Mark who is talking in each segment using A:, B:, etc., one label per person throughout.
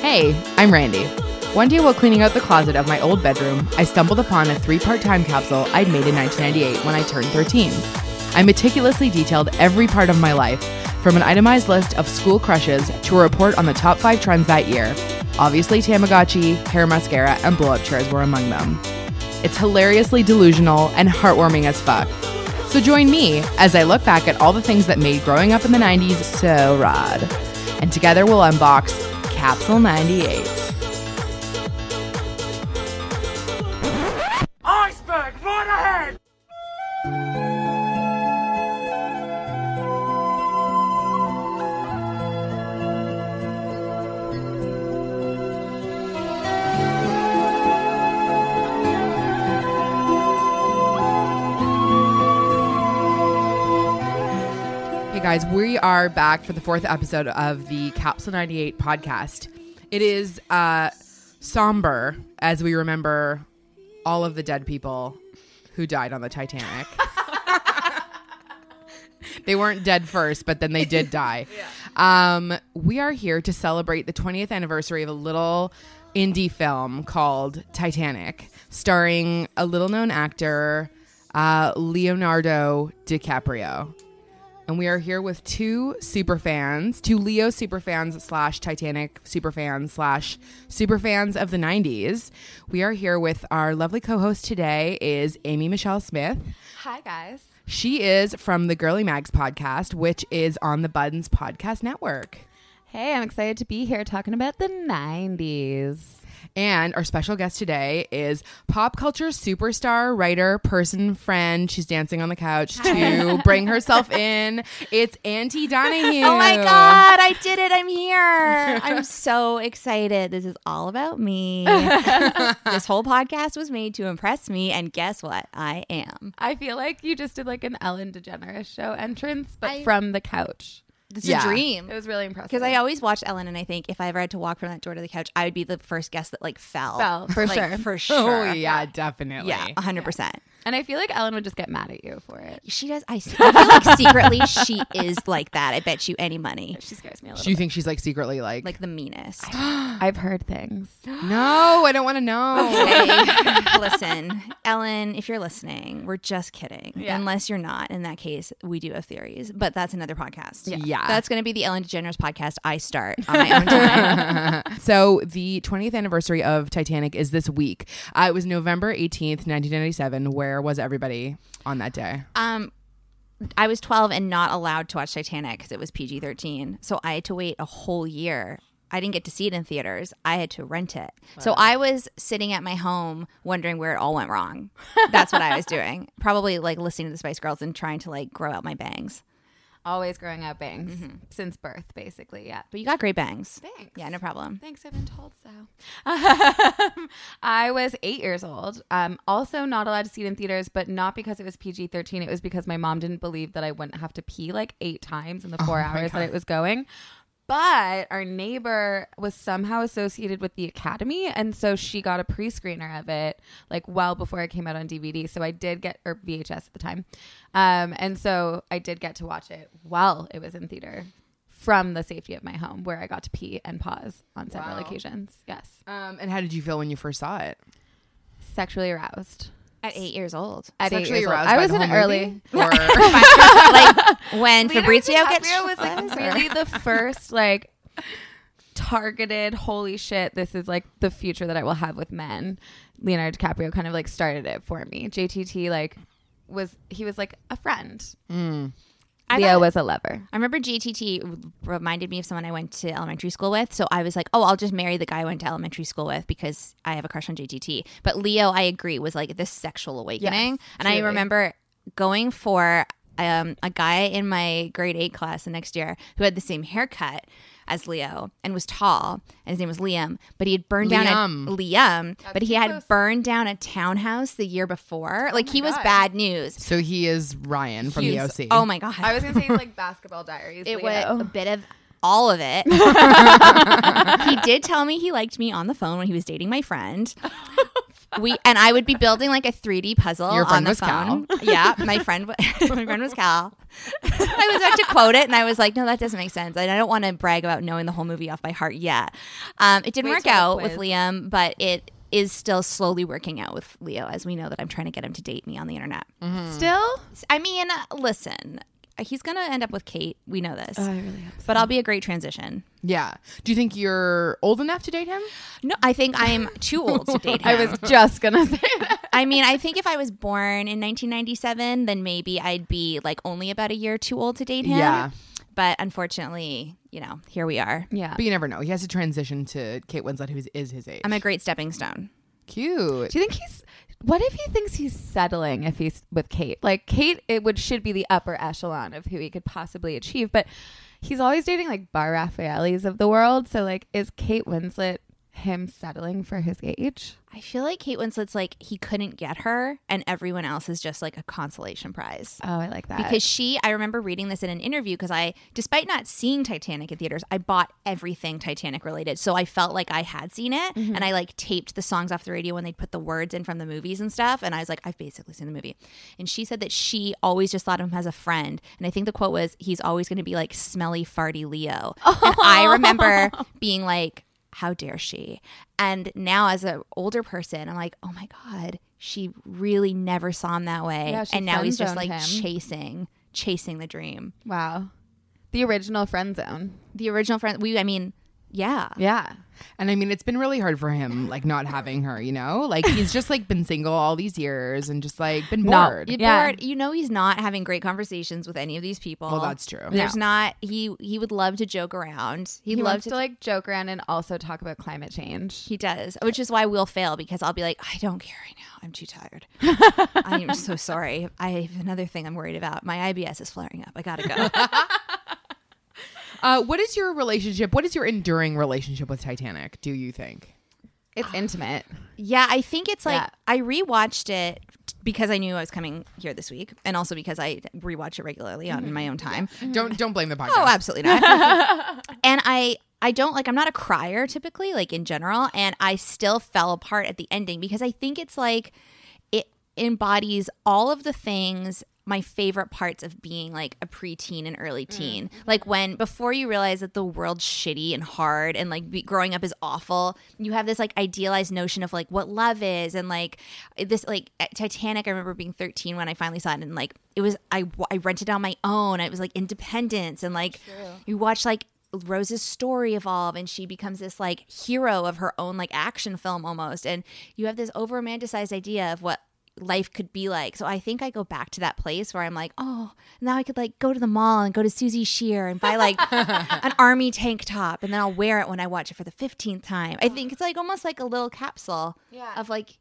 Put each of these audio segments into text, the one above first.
A: Hey, I'm Randy. One day while cleaning out the closet of my old bedroom, I stumbled upon a three part time capsule I'd made in 1998 when I turned 13. I meticulously detailed every part of my life, from an itemized list of school crushes to a report on the top five trends that year. Obviously, Tamagotchi, hair mascara, and blow up chairs were among them. It's hilariously delusional and heartwarming as fuck. So join me as I look back at all the things that made growing up in the 90s so rad. And together we'll unbox Capsule 98.
B: Iceberg right ahead!
A: Hey guys, we are back for the fourth episode of the Capsule 98 podcast. It is uh, somber as we remember all of the dead people who died on the Titanic. they weren't dead first, but then they did die. Um, we are here to celebrate the 20th anniversary of a little indie film called Titanic, starring a little known actor, uh, Leonardo DiCaprio. And we are here with two super fans, two Leo super fans slash Titanic super fans slash super fans of the 90s. We are here with our lovely co host today is Amy Michelle Smith.
C: Hi guys.
A: She is from the Girly Mags podcast, which is on the Buttons Podcast Network.
C: Hey, I'm excited to be here talking about the 90s.
A: And our special guest today is pop culture superstar, writer, person, friend. She's dancing on the couch to bring herself in. It's Auntie Donahue.
C: Oh my god, I did it. I'm here. I'm so excited. This is all about me. this whole podcast was made to impress me and guess what? I am.
D: I feel like you just did like an Ellen DeGeneres show entrance, but
C: I-
D: from the couch.
C: It's
A: Yeah.
C: a dream.
D: It was really impressive.
C: Because I always watch Ellen and I think if I ever had to walk from that door to the couch, I would be the first guest that like fell.
D: Fell, for
C: Like,
D: sure.
C: For
A: Oh,
C: sure.
A: yeah, definitely.
C: Yeah, 100%.
D: and I feel like Ellen would just get mad at you for it.
C: She does. I, s- I feel like secretly she is like that. I bet you any money.
D: She scares me a
A: Do
D: little.
A: you think she's like secretly like,
C: Like the meanest.
D: I've heard things.
A: no, I don't want to know.
C: Okay. Listen, Ellen, if you're listening, we're just kidding.
D: Yeah.
C: Unless you're not. In that case, we do have theories, but that's another podcast.
A: Yeah.
C: That's going to be the Ellen DeGeneres podcast I start on my own time.
A: so the 20th anniversary of Titanic is this week. Uh, it was November 18th, 1997. Where was everybody on that day?
C: um, I was 12 and not allowed to watch Titanic because it was PG 13. So I had to wait a whole year. I didn't get to see it in theaters. I had to rent it. So I was sitting at my home wondering where it all went wrong. That's what I was doing. Probably like listening to the Spice Girls and trying to like grow out my bangs.
D: Always growing out bangs since birth, basically. Yeah.
C: But you got great bangs.
D: Thanks.
C: Yeah, no problem.
D: Thanks, I've been told so. Um, I was eight years old. Um, also, not allowed to see it in theaters, but not because it was PG 13. It was because my mom didn't believe that I wouldn't have to pee like eight times in the four hours that it was going. But our neighbor was somehow associated with the Academy. And so she got a pre screener of it, like well before it came out on DVD. So I did get, or VHS at the time. Um, and so I did get to watch it while it was in theater from the safety of my home where I got to pee and pause on several
A: Wow.
D: occasions. Yes.
A: Um, and how did you feel when you first saw it?
D: Sexually aroused.
C: At eight years old.
D: At eight
A: Sexually
D: years old.
A: aroused
D: I
A: by
D: was
A: the
D: in an
A: whole
D: early
A: movie? Or-
C: like when Fabrizio
D: Leonardo
C: gets
D: DiCaprio was like really the first like targeted holy shit this is like the future that I will have with men. Leonardo DiCaprio kind of like started it for me. JTT like was he was like a friend.
C: I,
D: Leo
C: thought-
D: was a lover.
C: I remember GTT reminded me of someone I went to elementary school with. So I was like, oh, I'll just marry the guy I went to elementary school with because I have a crush on JTT. But Leo, I agree, was like this sexual awakening. and I
D: truly.
C: remember going for um, a guy in my grade eight class the next year who had the same haircut as Leo and was tall. And his name was Liam. But he had burned down a,
A: Liam.
C: Liam. but he had burned down a townhouse the year before. like he was bad news.
A: so he is Ryan from
C: He's-
A: the OC.
C: Oh my god.
D: I was gonna say it's like basketball diaries.
C: It
D: Leo.
C: was a bit of all of it. he did tell me he liked me on the phone when he was dating my friend. we and I would be building like a 3D puzzle
A: Your friend
C: on the
A: was Cal.
C: phone. Yeah, my friend, wa- my friend was Cal. I was about to quote it, and I was like, "No, that doesn't make sense." And I don't want to brag about knowing the whole movie off by heart yet. Um, it didn't
D: Wait
C: work
D: till the
C: out with
D: quiz.
C: Liam, but it is still slowly working out with Leo, as we know that I'm trying to get him to date me on the internet.
D: Mm-hmm. Mm. Still,
C: I mean, uh, listen, he's gonna end up with Kate. We know this,
D: really hope
C: but I'll be a great transition.
A: Yeah. Do you think you're old enough to date him?
C: No, I think I'm too old to date him.
D: I was just gonna say that.
C: I mean, I think if I was born in 1997, then maybe I'd be like only about a year too old to date him.
A: Yeah.
C: But unfortunately, you know, here we are.
D: Yeah.
A: But you never know. He has to transition to Kate Winslet, who is, is his age.
C: I'm a great stepping stone.
A: cute.
D: Do you think he's? What if he thinks he's settling if he's with Kate? Like Kate, it would should be the upper echelon of who he could possibly achieve, but he's always dating like Bar Raffaellis of the world. So like, is Kate Winslet him settling for his age?
C: I feel like Kate Winslet's like, he couldn't get her, and everyone else is just like a consolation prize.
D: Oh, I like that
C: Because she, I remember reading this in an interview because I, despite not seeing Titanic in theaters, I bought everything Titanic related. So I felt like I had seen it and I like taped the songs off the radio when they'd put the words in from the movies and stuff. And I was like, I've basically seen the movie. And she said that she always just thought of him as a friend. And I think the quote was, he's always going to be like smelly, farty Leo. And I remember being like, how dare she? And now as an older person, I'm like, oh my God. She really never saw him that way,
D: Yeah, she
C: and now he's just
D: friend-zoned
C: like
D: him.
C: chasing chasing the dream
D: wow, the original friend zone.
C: the original friend we i mean yeah
D: Yeah,
A: And I mean, it's been really hard for him, like not having her. You know, like he's just like been single all these years and just like been
D: No.
A: bored.
C: you
D: Yeah.
C: bored, you know he's not having great conversations with any of these people
A: Well, that's true.
C: there's not he he would love to joke around he,
D: he
C: loves
D: loves
C: to,
D: to like joke around and also talk about climate change.
C: he does which is why we'll fail because i'll be like i don't care right now i'm too tired i'm so sorry i have another thing i'm worried about my ibs is flaring up i gotta go
A: Uh, what is your relationship? What is your enduring relationship with Titanic? Do you think?
D: It's intimate.
C: yeah i think it's like
D: Yeah.
C: i rewatched it because i knew i was coming here this week and also because i rewatch it regularly
D: Mm-hmm.
C: on my own time
A: Don't don't blame the podcast.
C: Oh, absolutely not. and I I don't like I'm not a crier typically, like in general, and I still fell apart at the ending because I think it's like it embodies all of the things my favorite parts of being like a preteen and early teen. Like when before you realize that the world's shitty and hard and like be, growing up is awful, you have this like idealized notion of like what love is and like this like Titanic. I remember being 13 when I finally saw it and like it was I wa- I rented it on my own. It was like independence and like you watch like Rose's story evolve and she becomes this like hero of her own like action film almost and you have this over romanticized idea of what life could be like. So I think I go back to that place where I'm like, oh, now I could like go to the mall and go to Susie Shear and buy like an army tank top and then I'll wear it when I watch it for the 15th time. I think it's like almost like a little capsule
D: Yeah.
C: of like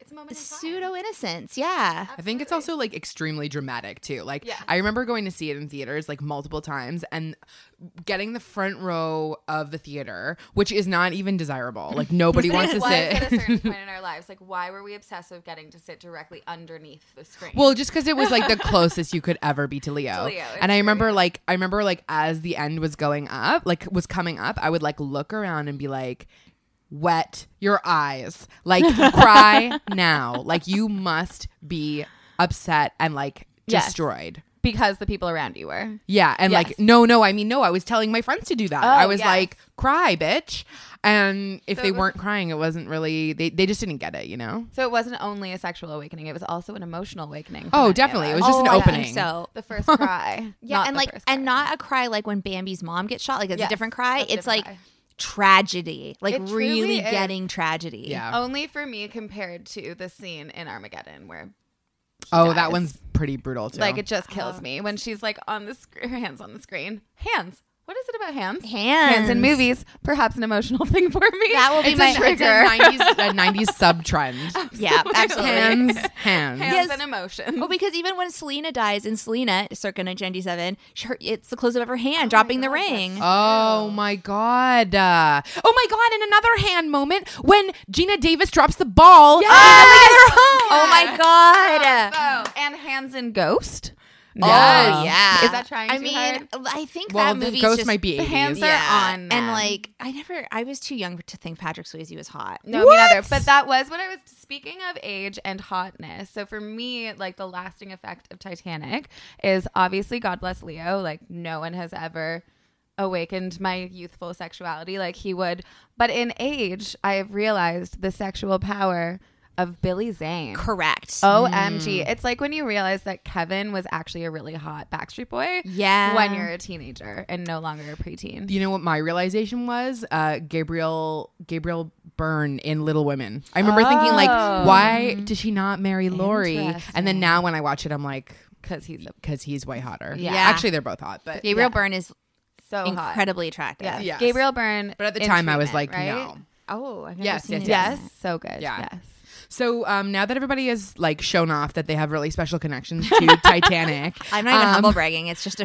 D: It's a moment.
C: pseudo innocence. Yeah.
A: I think it's also like extremely dramatic too. Like I remember going to see it in theaters like multiple times and getting the front row of the theater, which is not even desirable. Like nobody wants to
D: was at a
A: sit.
D: certain point in our lives. Like, why were we obsessed with getting to sit directly underneath the screen?
A: Well, just because it was like the closest you could ever be to Leo.
D: Leo,
A: and
D: it's
A: I remember like I remember like as the end was going up, like was coming up, I would like look around and be like wet your eyes. Like cry now. Like you must be upset and like
D: Yes.
A: destroyed.
D: because the people around you were.
A: Yeah, and like
D: Yes. Oh,
A: no, no, I mean no. I was telling my friends to do that. I was
D: yes.
A: like, "Cry, bitch!" And if
D: So
A: they
D: it was- Oh,
A: weren't crying, it wasn't really. They they just didn't get it, you know.
D: So it wasn't only a sexual awakening; it was also an emotional awakening. for
A: Oh,
D: many of
A: definitely. It
D: us.
A: was just
C: Oh,
A: an
C: I think
A: opening.
C: so.
D: the first cry.
C: Yeah,
D: Not
C: and
D: the
C: like
D: first
C: and
D: cry.
C: not a cry like when Bambi's mom gets shot. Like it's
D: Yes,
C: a different cry.
D: that's a
C: It's
D: different
C: like
D: cry.
C: tragedy. Like
D: It truly
C: really
D: is.
C: getting tragedy.
A: Yeah.
D: only for me compared to the scene in Armageddon where
A: oh,
D: dies.
A: that one's pretty brutal too.
D: like it just kills me when she's like on the sc- her hands on the screen. Hands. What is it about hands?
C: Hands.
D: in movies. Perhaps an emotional thing for me.
C: That will be
A: it's
C: my
A: a, it's a 90s, a 90s sub trend.
C: Yeah, absolutely.
A: Hands, hands. Oh,
D: hands
C: Yes.
D: and emotions.
C: Well, because even when Selena dies in Selena, circa 1997, she- her- it's the close up of her
D: Oh
C: hand dropping the ring.
A: Oh my god! Uh, oh my god! And another hand moment when Gina Davis drops the ball.
C: Oh, look at her home. Oh my god!
D: Oh, and hands in Ghost.
C: Oh
A: Yeah.
C: yeah.
D: Is that trying
C: I
D: too
C: mean,
D: hard?
C: I think
A: Well,
C: that
A: the
C: movie's
A: ghost
C: just
A: might be
D: the
A: 80s.
D: hands are- on them.
C: And like, I never, I was too young to think Patrick Swayze was hot.
D: No, me neither. But that was what I was speaking of age and hotness. So for me, like the lasting effect of Titanic is obviously God bless Leo. Like no one has ever awakened my youthful sexuality like he would. But in age, I have realized the sexual power of Billy Zane.
C: Correct.
D: OMG.
A: Mm.
D: It's like when you realize that Kevin was actually a really hot Backstreet Boy
C: Yeah.
D: when you're a teenager and no longer a preteen.
A: You know what my realization was? Uh, Gabriel Gabriel Byrne in Little Women. I remember thinking like,
D: Oh.
A: why did she not marry Lori? And then now when I watch it, I'm like,
D: Because he's a,
A: because he's way hotter.
C: Yeah.
A: actually they're both hot, but
C: Gabriel Byrne is
D: so hot.
C: incredibly attractive.
D: Yes.
A: Yes.
D: Gabriel Byrne.
A: but at the
D: in
A: time I was like,
D: treatment, right?
A: no.
C: Oh, I've never
A: Yes,
C: seen
A: yes,
C: it.
D: Yes. So good.
A: Yeah.
D: Yes.
A: So um, now that everybody has like shown off that they have really special connections to Titanic,
C: I'm not even
A: um,
C: humble bragging. It's just a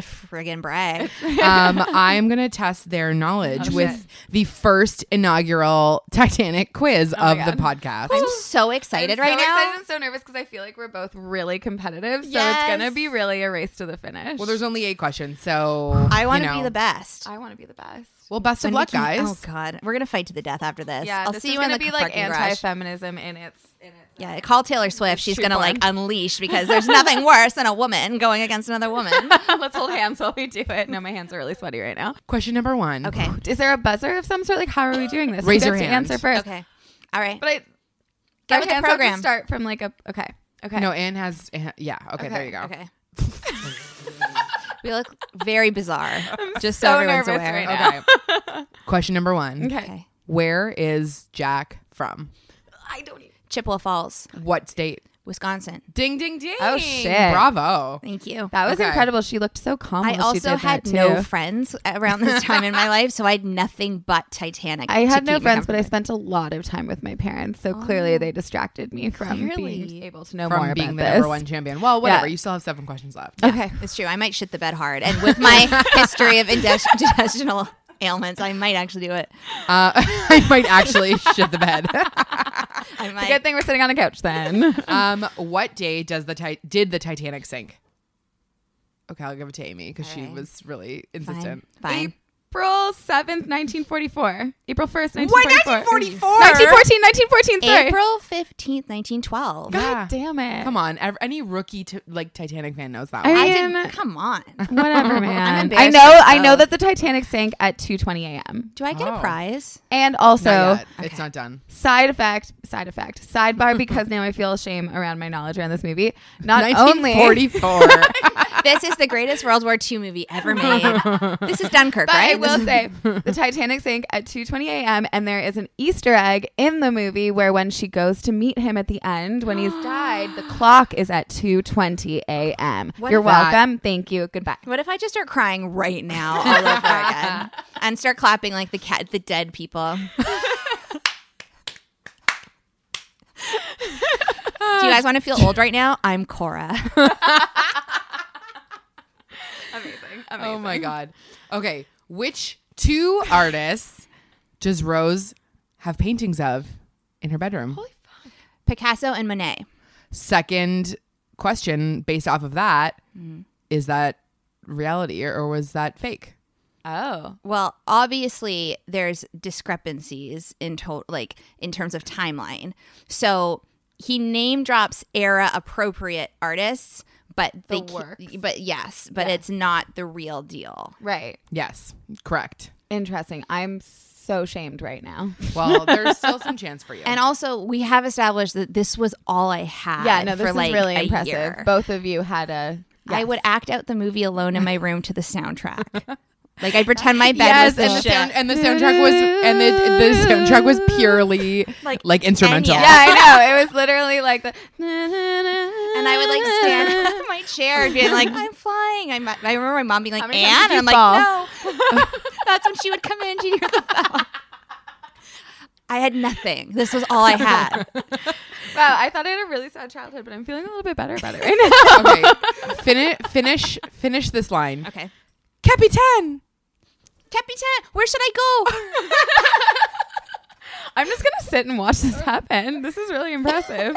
C: friggin' brag.
A: um, I'm gonna test their knowledge
D: Oh,
A: with
D: shit.
A: the first inaugural Titanic quiz
D: my
A: of the podcast.
C: Oh I'm so excited right
D: so
C: now.
D: excited and so nervous because I feel like we're both really competitive. So
C: Yes.
D: it's gonna be really a race to the finish.
A: well, there's only eight questions, so
C: I want to
A: you know.
C: be the best.
D: I want to be the best.
A: Well, best of
C: When we
A: luck,
C: can-
A: guys.
C: Oh God, we're gonna fight to the death after this.
D: Yeah,
C: I'll
D: this
C: see
D: is
C: you in
D: gonna
C: the
D: be
C: c-
D: like
C: parking garage.
D: anti-feminism in its in its.
C: Yeah, call Taylor Swift. She's
D: Shoe
C: gonna like unleash because there's nothing worse than a woman going against another woman.
D: Let's hold hands while we do it. No, my hands are really sweaty right now.
A: Question number one.
C: Okay.
D: Is there a buzzer of some sort? Like, how are we doing this? Who
A: Raise your
D: gets to
A: hand.
D: answer first.
C: Okay. All right.
D: But I
C: Get
D: our
C: with the
D: hands have to
C: program.
D: start from like a okay. Okay.
A: No, Anne has. Anne- yeah. Okay, There
D: Okay,
A: you go.
C: Okay. we look very bizarre. just so,
D: so
C: everyone's
D: nervous
C: aware.
D: right now.
A: Okay. Question number one.
D: Okay.
C: Okay.
A: Where is Jack from?
D: I don't. Even,
C: Chippewa Falls,
A: What state?
C: Wisconsin.
A: Ding, ding, ding.
D: Oh, shit.
A: Bravo.
C: Thank you.
D: that was
A: Okay.
D: incredible. She looked so calm.
C: I
D: when she
C: also
D: did
C: had
D: that,
C: no
D: too.
C: friends around this time in my life, so I had nothing but Titanic.
D: I
C: to
D: had no
C: keep me
D: friends, but I
C: company.
D: spent a lot of time with my parents. So clearly, they distracted me from
C: Clearly.
D: being able to know
A: From
D: more
A: being the
D: about
A: number
D: this.
A: one champion. Well, whatever.
D: Yeah.
A: You still have seven questions left.
D: Okay.
C: It's true. I might shit the bed hard, and with my history of indes- intestinal ailments, I might actually do it.
A: Uh, I might actually shit the bed.
C: I might.
D: Good thing we're sitting on a couch then.
A: Um, what day does the tit- did the Titanic sink? Okay, I'll give it to Amy because she
C: Alright.
A: was really
C: Fine.
A: insistent.
C: Fine.
D: April 7th, 1944. April 1st, 1944.
C: What? 1944?
D: 1914, 1914, sorry.
C: April fifteenth, nineteen twelve.
A: God
D: Damn it.
A: Come on, ev- any rookie t- like Titanic fan knows that.
D: I
A: one.
C: I
D: mean-
C: didn't. Come on.
D: Whatever, man. I
C: embarrassed
D: know I know
C: myself.
D: that the Titanic sank at 2:20 a.m.
C: Do I get
A: Oh.
C: a prize?
D: And also,
A: Not yet. it's not done.
D: side effect, side effect, sidebar because now I feel shame around my knowledge around this movie. Not only
A: 1944.
C: This is the greatest World War II movie ever made. This is Dunkirk,
D: But
C: right?
D: I will say the Titanic sank at 2:20 a.m. and there is an Easter egg in the movie where when she goes to meet him at the end when he's died, the clock is at 2:20 a.m.
C: What
D: You're
C: if that-
D: welcome. Thank you. Goodbye.
C: What if I just start crying right now all over again and start clapping like the cat, the dead people? Do you guys want to feel old right now? I'm Cora.
D: Amazing.
A: oh my god. Okay, which two artists does Rose have paintings of in her bedroom?
C: Picasso and Monet.
A: Second question, based off of that, is
C: Mm.
A: that reality or, or was that fake?
D: Oh.
C: Well, obviously there's discrepancies in to- like in terms of timeline. So he name drops era appropriate artists, but they
D: The
C: ca-
D: works.
C: but yes, but it's not the real deal.
D: Right.
A: Yes, correct.
D: Interesting. I'm so shamed right now.
A: Well, there's still some chance for you.
C: And also, we have established that this was all I had.
D: Yeah, no, this
C: for
D: is
C: like
D: really
C: a
D: impressive.
C: year.
D: Both of you had a
C: I would act out the movie alone in my room to the soundtrack. like I'd pretend my bed
A: yes,
C: was the
A: and the,
C: shit.
A: sound, and the soundtrack was and the, the soundtrack was purely like,
C: Like
A: instrumental.
C: Enya.
D: Yeah, I know. It was literally like the
C: and
D: And
C: I would like stand on my chair and be like, I'm flying. I'm, I remember my mom being like,
D: How
C: Anne?
D: many times
C: And
D: did
C: I'm
D: you
C: like, no. That's when she would come in. She'd hear the bell. I had nothing. This was all I had.
D: Wow, I thought I had a really sad childhood, but I'm feeling a little bit better about it right now.
A: okay, finish finish finish this line.
C: Okay.
A: Capitan.
C: Capitan, where should I go?
D: I'm just gonna sit and watch this happen. This is really impressive.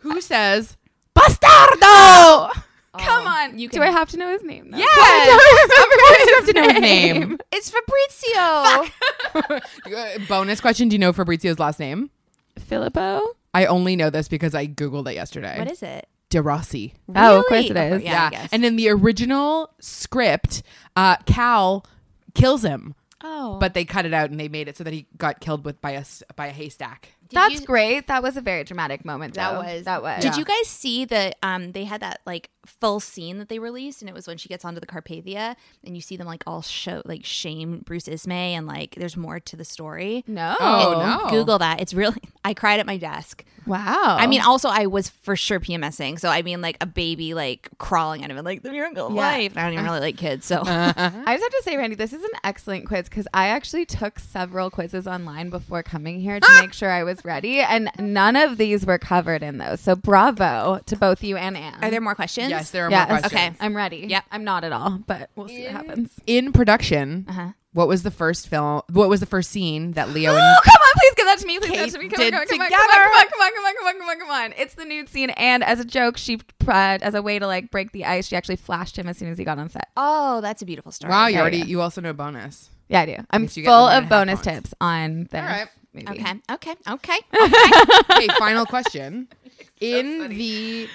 A: Who says bastardo?
D: Come on,
A: you
D: Do I have to know his name? now?
A: Yes, of course you have to know his name.
C: It's Fabrizio.
A: Uh, Bonus question: Do you know Fabrizio's last name?
D: Filippo.
A: I only know this because I googled it yesterday.
C: What is it?
A: De Rossi?
D: Oh, of course
C: Really?
D: it is.
C: Yeah, I
A: Yeah.
C: guess.
A: And in the original script, uh, Cal kills him,
C: oh,
A: but they cut it out and they made it so that he got killed with by a s- by a haystack.
D: That's
C: you-
D: great. That was a very dramatic moment.
C: That
D: though.
C: was-
D: that was.
C: Did you guys see that? Um, they had that like full scene that they released, and it was when she gets onto the Carpathia, and you see them like all show like shame Bruce Ismay, and like there's more to the story.
D: No.
A: Oh, no.
C: Google that. It's really. I cried at my desk.
D: Wow.
C: I
A: Oh.
C: mean, also I was for sure PMSing, so I mean, like a baby like crawling out of it, like the miracle of
D: Yeah.
C: life. And I don't even really like kids, so
A: Uh-huh.
D: I just have to say, Randy, this is an excellent quiz because I actually took several quizzes online before coming here to make sure I was ready, and none of these were covered in those. So bravo to both you and Anne.
C: are there more questions?
A: Yes, there are
D: Yes.
A: more questions.
C: Okay.
D: I'm ready.
C: Yep.
D: I'm not at all, but we'll see what happens.
A: In production,
C: Uh-huh.
A: what was the first film? What was the first scene that Leo
D: Oh,
A: and
D: come on, please give that to me.
A: Kate
D: Please give that to me. Come on,
A: did
D: come on, come on,
A: together.
D: come on, come on, come on, come on, come on, come on. It's the nude scene, and as a joke, she uh, as a way to like break the ice, she actually flashed him as soon as he got on set.
C: Oh, that's a beautiful story.
A: Wow, you
D: Yeah,
A: already
D: yeah.
A: you also know bonus.
D: Yeah, I do. I'm
A: Yes, you get
D: full
A: one and
D: of
A: a half
D: bonus
A: points.
D: tips on their
A: All right.
D: movie.
C: Okay, okay, okay.
A: Okay, final question. in the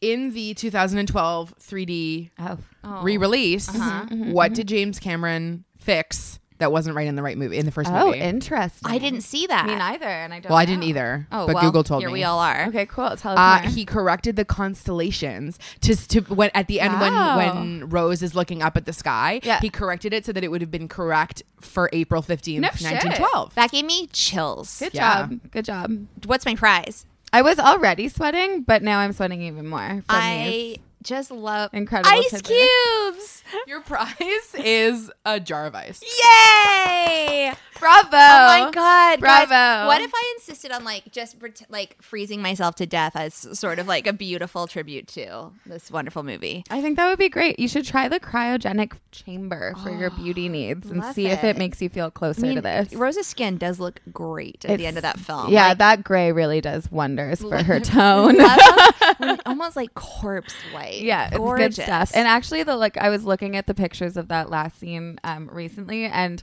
A: in the 2012 3D
D: Oh.
A: re-release,
C: Uh-huh. Mm-hmm.
A: what did James Cameron fix that wasn't right in the right movie in the first
D: Oh,
A: movie?
D: interesting.
C: I didn't see that.
D: Me neither, and I don't.
A: well, I
D: know.
A: didn't either.
C: Oh,
A: but
C: well,
A: Google told
C: here
A: me.
C: we all are.
D: Okay, cool. Tell us
A: Uh,
D: more.
A: he corrected the constellations to to when at the end
D: Wow.
A: when when Rose is looking up at the sky.
D: Yeah.
A: He corrected it so that it would have been correct for April fifteenth,
D: No shit.
A: nineteen twelve.
C: That gave me chills.
D: Good
A: yeah.
D: job. Good job.
C: What's my prize?
D: I was already sweating, but now I'm sweating even more. From
C: I
D: these.
C: just love
D: Incredible
C: ice
D: tidbits.
C: cubes.
A: Your prize is a jar of ice.
C: Yay!
D: Bravo.
C: Oh my god, guys.
D: Bravo.
C: what if I insisted on like just pret- like freezing myself to death as sort of like a beautiful tribute to this wonderful movie?
D: I think that would be great. You should try the cryogenic chamber for your beauty needs and
C: love
D: see if it
C: it.
D: makes you feel closer
C: I mean,
D: to this.
C: Rose's skin does look great at the
D: It's-
C: end of that film.
D: yeah,
C: Like,
D: that gray really does wonders for her tone.
C: when- almost like corpse white.
D: yeah, it's
C: gorgeous.
D: good stuff. And actually, the like I was looking at the pictures of that last scene um, recently, and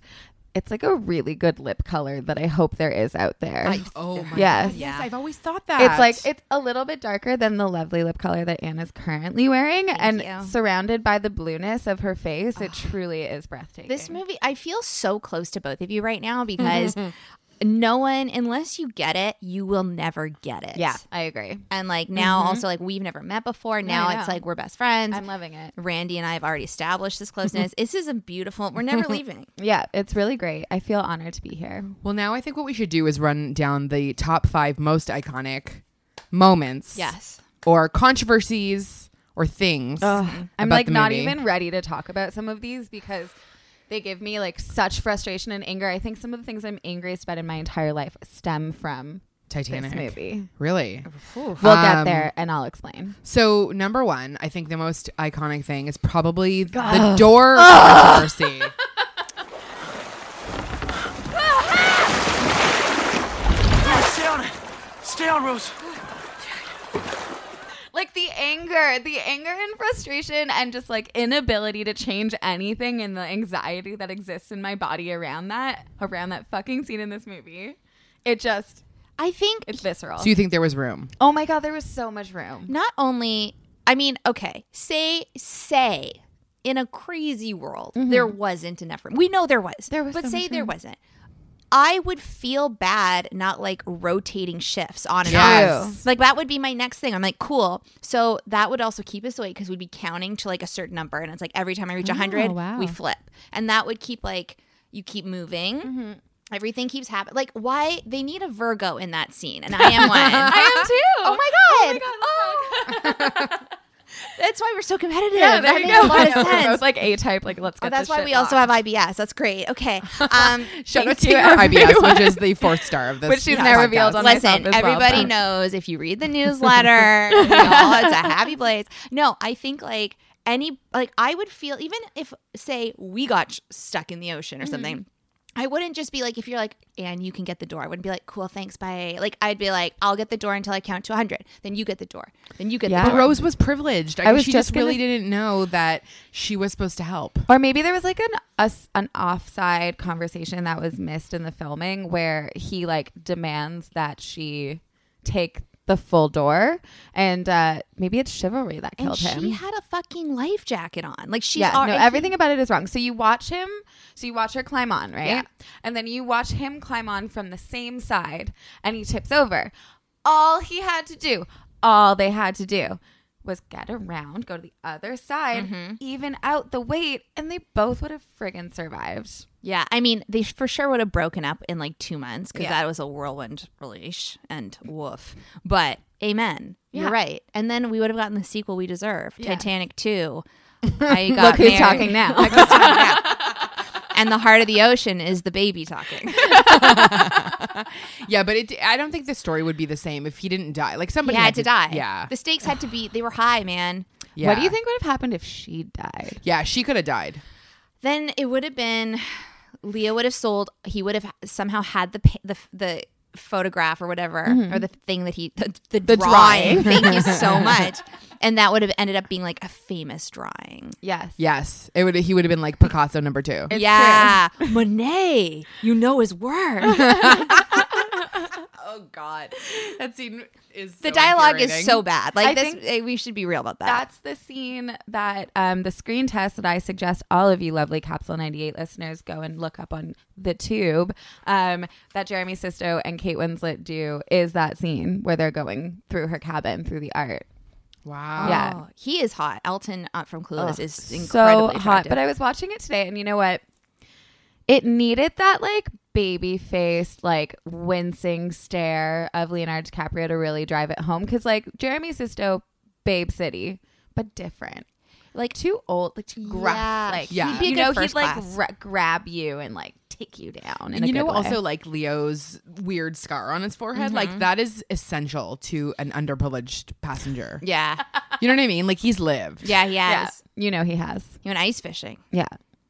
D: it's like a really good lip color that I hope there is out there.
C: I-
A: Oh my
D: Yes.
A: god. Yes, I've always thought that.
D: It's like it's a little bit darker than the lovely lip color that Anna's currently wearing, and
C: you. Ah.
D: surrounded by the blueness of her face, it truly is breathtaking.
C: This movie, I feel so close to both of you right now because no one, unless you get it, you will never get it.
D: yeah, I agree.
C: And like now, also, like we've never met before. Now
D: I
C: it's
D: know.
C: like we're best friends.
D: I'm loving it.
C: Randy and I have already established this closeness. this is a beautiful, we're never leaving.
D: Yeah, it's really great. I feel honored to be here.
A: well, now I think what we should do is run down the top five most iconic moments.
C: Yes.
A: Or controversies or things.
D: I'm
A: about
D: like
A: the
D: not
A: movie.
D: even ready to talk about some of these because they give me like such frustration and anger. I think some of the things I'm angriest about in my entire life stem from
A: Titanic
D: this movie.
A: Really?
D: We'll
A: Um,
D: get there and I'll explain.
A: So number one, I think the most iconic thing is probably the door controversy.
B: Stay on it. Stay on, Rose.
D: Like the anger, the anger and frustration and just like inability to change anything and the anxiety that exists in my body around that, around that fucking scene in this movie. It just
C: I think
D: it's visceral.
A: so you think there was room?
D: oh my god, there was so much room.
C: not only i mean okay say say in a crazy world there wasn't enough room we know there was
D: Mm-hmm. There was
C: but
D: so
C: say
D: much
C: there wasn't i would feel bad not like rotating shifts on and
A: Yes.
C: off like that would be my next thing i'm like cool so that would also keep us awake because we'd be counting to like a certain number and it's like every time i reach 100
D: Oh, wow.
C: we flip and that would keep like you keep moving
D: Mm-hmm.
C: everything keeps happening like why they need a virgo in that scene and i am one
D: I am too.
C: Oh my god!
D: Oh
C: Oh. that's why we're so competitive. that makes a lot of
D: We're
C: sense.
D: both like A type. Like let's get.
C: Oh, that's
D: this
C: why
D: shit
C: we also have
D: locked.
C: IBS. That's great. Okay. Um,
A: Shout out
D: Thank
A: to
D: you,
A: your IBS,
D: everyone.
A: which is the fourth star of this.
D: Which she's
A: podcast.
D: now revealed on- myself
C: listen,
D: as well,
C: everybody
D: but-
C: knows if you read the newsletter, you know, it's a happy place. No, I think like
D: Mm-hmm.
C: any like I would feel even if say we got sh- stuck in the ocean or something. I wouldn't just be like, if you're like, and you can get the door, I wouldn't be like, cool, thanks, bye. Like, I'd be like, I'll get the door until I count to 100. Then you get the door. Then you get
D: Yeah.
C: the
A: But
C: door.
A: Rose was privileged. I,
D: I
A: guess
D: was
A: she just,
D: just gonna
A: really
D: s-
A: didn't know that she was supposed to help.
D: Or maybe there was like an us an offside conversation that was missed in the filming where he like demands that she take the full door, and uh, maybe it's chivalry that
C: and
D: killed
C: she
D: him.
C: had a fucking life jacket on. Like, she's
D: yeah,
C: al-
D: no,
C: and
D: everything about it is wrong. So you watch him, so you watch her climb on, right?
C: Yeah.
D: And then you watch him climb on from the same side, and he tips over. All he had to do, all they had to do, was get around, go to the other side, even out the weight, and they both would have friggin' survived.
C: Yeah, I mean, they for sure would have broken up in like two months because
D: Yeah.
C: that was a whirlwind release and woof. But amen,
D: Yeah.
C: you're right. And then we would have gotten the sequel we deserve,
D: Yes.
C: Titanic Two. I got
D: Look who's
C: married.
D: talking now.
C: Look who's talking now. and the heart of the ocean is the baby talking.
A: Yeah, but it, I don't think the story would be the same if he didn't die. Like
C: He
A: somebody
C: had to die.
A: Yeah,
C: the stakes had to be they were high, man.
A: yeah.
D: What do you think would have happened if she died?
A: Yeah, she could have died.
C: Then it would have been Leah would have sold. He would have somehow had the pa- the the photograph or whatever or the thing that he the, the, drawing. Thank you so much. And that would have ended up being like a famous drawing.
D: Yes.
A: Yes, it would. He would have been like Picasso number two.
C: yeah, Monet, you know his work.
A: Oh God, that scene is
C: the dialogue is so bad. Like
D: I
C: this,
D: think-
C: eh, we should be real about that.
D: That's the scene that um, the screen test that I suggest all of you lovely Capsule 98 listeners go and look up on the tube um, that Jeremy Sisto and Kate Winslet do is that scene where they're going through her cabin through the art.
A: Wow.
D: Yeah.
C: Oh, he is hot. Elton uh, from Clueless is
D: so
C: incredibly
D: hot.
C: attractive.
D: But I was watching it today, and you know what? It needed that like baby faced, like wincing stare of Leonardo DiCaprio to really drive it home. Cause like Jeremy Sisto, Babe City, but different. Like too old, like too gruff.
C: Yeah,
D: like
A: Yeah. he'd
C: be a
D: you
C: good
D: know,
C: first
D: he'd like
C: class.
D: ra- grab you and like take you down. In
A: And
D: a
A: you know,
D: good way.
A: also like Leo's weird scar on his forehead,
C: Mm-hmm.
A: like that is essential to an underprivileged passenger.
C: yeah,
A: You know what I mean? Like he's lived.
C: yeah, he
D: yeah,
C: has.
D: you know he has.
C: He went ice fishing.
D: Yeah,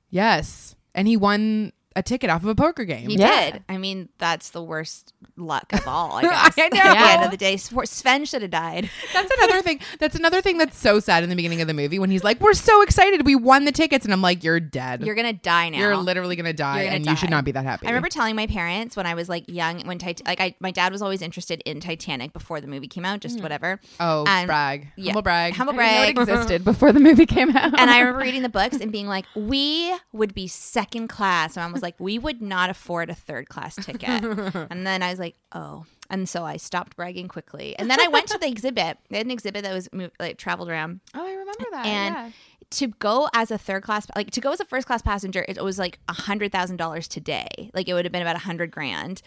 A: Yes, and he won a ticket off of a poker game.
C: He
D: Yeah.
C: did. I mean, that's the worst luck of all. I guess. At the
D: know.
C: end of the day, Sv- Sven should have died.
A: That's another thing. That's another thing that's so sad in the beginning of the movie when he's like, "We're so excited, we won the tickets," and I'm like, "You're dead.
C: You're gonna die now.
A: You're literally gonna die,
C: You're gonna
A: and you should
C: die.
A: not be that happy."
C: I remember telling my parents when I was like young, when Tit- like I, my dad was always interested in Titanic before the movie came out, just whatever.
A: Oh,
C: And-
A: brag.
C: yeah.
A: Humble brag.
C: Humble
D: I
C: brag.
D: didn't know it existed before the movie came out.
C: and I remember reading the books and being like, we would be second class. My mom was like, we would not afford a third class ticket. And then I was like, oh. And so I stopped bragging quickly. And then I went to the exhibit. They had an exhibit that was mo- like traveled around.
D: oh, I remember that.
C: and
D: yeah.
C: to go as a third class like to go as a first class passenger it was like a hundred thousand dollars today like it would have been about a hundred grand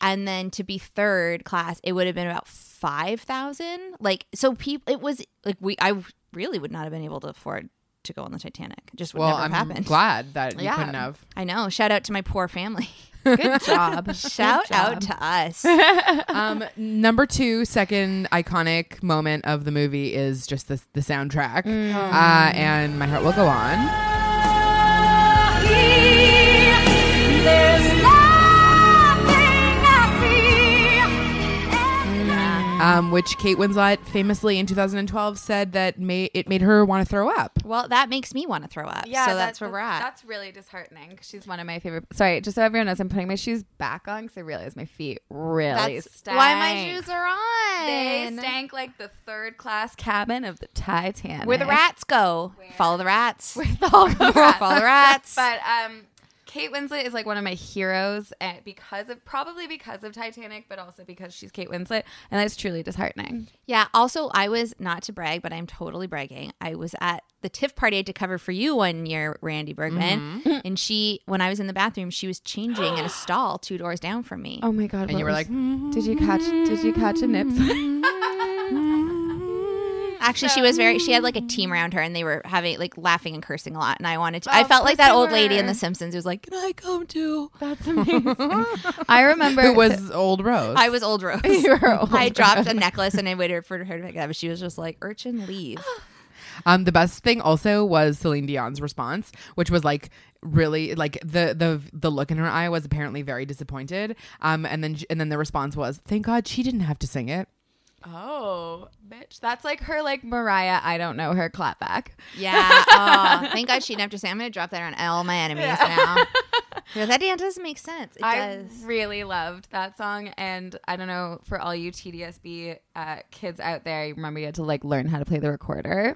C: and then to be third class it would have been about five thousand like so people it was like we i really would not have been able to afford to go on the titanic It just would
A: Well,
C: never
A: I'm
C: have happened
A: glad that you
D: Yeah.
A: couldn't have.
C: i know shout out to my poor family
D: Good job.
C: shout
D: Good job.
C: out to us
A: Um, number two, second iconic moment of the movie is just the, the soundtrack, uh, and my heart will go on. Um, which Kate Winslet famously in 2012 said that may, it made her want to throw up.
C: well that makes me want to throw up so that's where we're at
D: That's really disheartening. 'cause She's one of my favorite. Sorry, just so everyone knows, I'm putting my shoes back on because I realize my feet really
C: That's
D: stank.
C: why my shoes are on
D: They stank like the third class cabin of the Titanic.
C: Where the rats go. Follow the rats.
D: Follow the rats.
C: Follow the rats.
D: But um, Kate Winslet is like one of my heroes, and because of probably because of Titanic, but also because she's Kate Winslet, and that's truly disheartening.
C: yeah. Also, I was not to brag, but I'm totally bragging. I was at the TIFF party I had to cover for you one year, Randy Bergman.
D: Mm-hmm.
C: And she, when I was in the bathroom, she was changing in a stall two doors down from me.
D: Oh my god!
A: And you were like,
D: did you catch? Did you catch a nip?
C: Actually, she was very, she had like a team around her and they were having, like, laughing and cursing a lot. And I wanted to, I
D: Of
C: felt like
D: course
C: that
D: they
C: old lady
D: were.
C: in The Simpsons who was like, Can I come too?
D: That's amazing. I remember
A: Who was old Rose?
C: I was old Rose.
D: You were old
C: I dropped a necklace and I waited for her to pick it up. She was just like, Urchin, leave.
A: Um, the best thing also was Celine Dion's response, which was like really like the the the look in her eye was apparently very disappointed. Um, and then and then the response was, "Thank God she didn't have to sing it."
D: Oh, bitch. That's like her, like Mariah, I don't know her clapback.
C: Yeah. Oh, thank God she didn't have to say. I'm going to drop that on all my enemies now. Because that dance doesn't make sense. It
D: I
C: does.
D: really loved that song. And I don't know, for all you TDSB uh, kids out there, you remember you had to like learn how to play the recorder.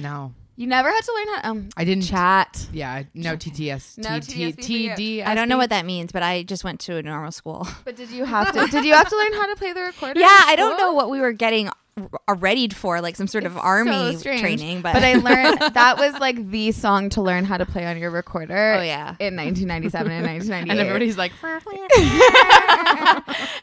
A: No,
D: You never had to learn how to. Um,
A: I didn't.
D: Chat.
A: Yeah, no TTS.
D: No
A: T-
D: TTSB for you.
A: TDSB.
C: I don't know what that means, but I just went to a normal school.
D: But did you have to? did you have to learn how to play the recorder?
C: yeah,
D: in
C: I don't
D: school?
C: know what we were getting r- readied for, like some sort of
D: It's
C: army
D: so strange.
C: training. But,
D: I learned that was like the song to learn how to play on your recorder.
C: Oh, yeah.
D: in 1997 and 1998.
A: And everybody's like,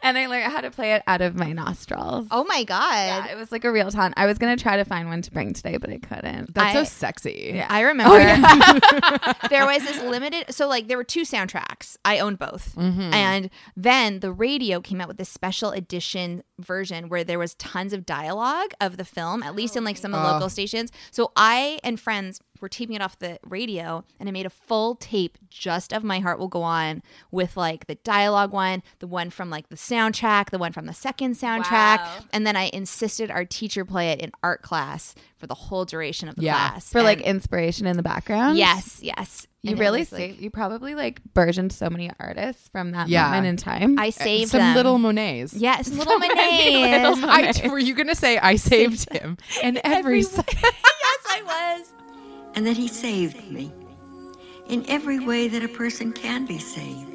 D: and I learned how to play it out of my nostrils.
C: oh my God.
D: Yeah, it was like a real ton. I was gonna try to find one to bring today, but I couldn't.
A: "That's so
C: I-
A: sexy."
D: Yeah.
C: I remember oh, there was this limited. So like there were two soundtracks. I owned both, and then the radio came out with this special edition version where there was tons of dialogue of the film, at least in like some of the local stations. So I and friends were taping it off the radio, and I made a full tape just of "My Heart Will Go On" with like the dialogue one, the one from like the soundtrack, the one from the second soundtrack,
D: Wow.
C: and then I insisted our teacher play it in art class for the whole duration of the
A: Yeah.
C: class
D: for like
C: And-
D: inspiration in the background.
C: Yes, yes.
D: you
C: And it
D: really
C: was,
D: saved.
C: like,
D: you probably like versioned so many artists from that
A: Yeah.
D: moment in time.
C: I saved
A: Some
C: them.
A: little Monets.
C: yes, little
D: Little
C: Monets.
D: Mon-
A: I, were you gonna say I saved him and every se-
C: yes, I was.
E: and that he saved me in every way that a person can be saved.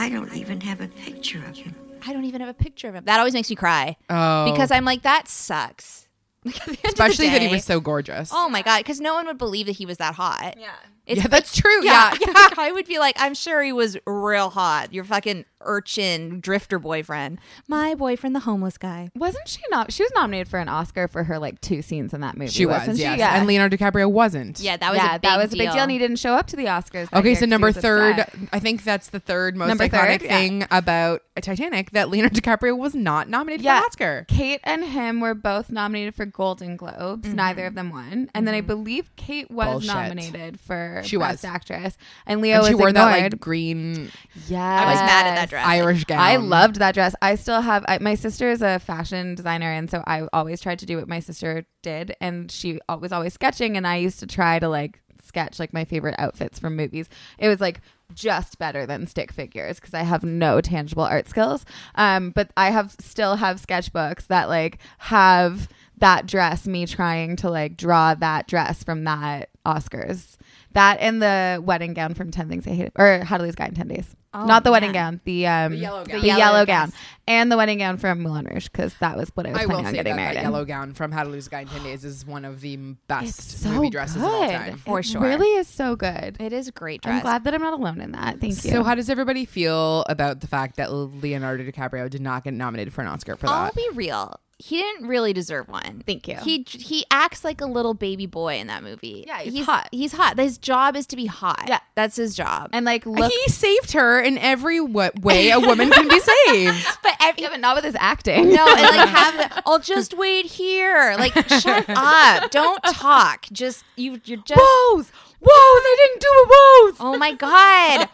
E: I don't even have a picture of him.
C: I don't even have a picture of him. That always makes me cry
A: oh
C: because I'm like, that sucks. Like, at the end of the
A: especially that he
C: day-
A: was so gorgeous.
C: Oh my god! Because no one would believe that he was that hot.
D: yeah.
C: It's
A: yeah, that's true.
C: yeah,
A: Yeah,
C: yeah. I would be like, I'm sure he was real hot. Your fucking urchin drifter boyfriend, my boyfriend, the homeless guy.
D: Wasn't she not? She was nominated for an Oscar for her like two scenes in that movie.
A: she was.
D: wasn't
A: Yes,
D: Yeah.
A: and Leonardo DiCaprio wasn't.
C: Yeah, that was
D: yeah,
C: a big
D: that was
C: deal.
D: a big deal, and he didn't show up to the Oscars. that
A: Okay,
D: year
A: so
D: 'cause he
A: number
D: was
A: third,
D: upset.
A: I think that's the third most
D: Number
A: iconic
D: third, yeah.
A: thing about Titanic that Leonardo DiCaprio was not nominated
D: Yeah,
A: for an Oscar.
D: Kate and him were both nominated for Golden Globes. Neither of them won, and then I believe Kate was
A: Mm-hmm. Bullshit.
D: nominated for
A: She
D: Best
A: was.
D: Actress, and Leo
A: And she
D: was
A: wore
D: ignored.
A: that like green
D: yeah,
C: I was mad at that dress.
A: Irish gown.
D: I loved that dress. I still have. I, my sister is a fashion designer, and so I always tried to do what my sister did, and she al- was always sketching, and I used to try to like sketch like my favorite outfits from movies. It was like just better than stick figures because I have no tangible art skills. Um, but I have still have sketchbooks that like have that dress. Me trying to like draw that dress from that Oscars. That and the wedding gown from Ten Things I Hate, or How to Lose a Guy in Ten Days. Not the wedding
C: Oh, yeah.
D: gown, the um,
A: yellow
D: the
A: gown.
D: yellow,
C: yellow
D: gown,
C: dress.
D: and the wedding gown from Moulin Rouge because that was what I
A: I
D: was
A: will
D: planning on
A: say that,
D: getting married
A: that
D: in.
A: yellow gown from How to Lose a Guy in Ten Days is one of the best
D: It's so
A: movie dresses
D: good.
A: of all time.
C: For
D: it
C: sure.
D: really is so good.
C: It is a great dress.
D: I'm glad that I'm not alone in that. Thank you.
A: So, how does everybody feel about the fact that Leonardo DiCaprio did not get nominated for an Oscar for
C: I'll
A: that?
C: be real. He didn't really deserve one.
D: Thank you.
C: He he acts like a little baby boy in that movie.
D: Yeah, he's hot.
C: He's hot. His job is to be hot.
D: Yeah.
C: that's his job.
D: and like look,
A: he saved her in every wa- way a woman can be saved.
C: but every,
D: yeah, but not with his acting.
C: no, and like have. The, I'll just wait here. Like shut up. Don't talk. Just you. You're just.
D: woes, woes. I didn't do a woes.
C: Oh my god!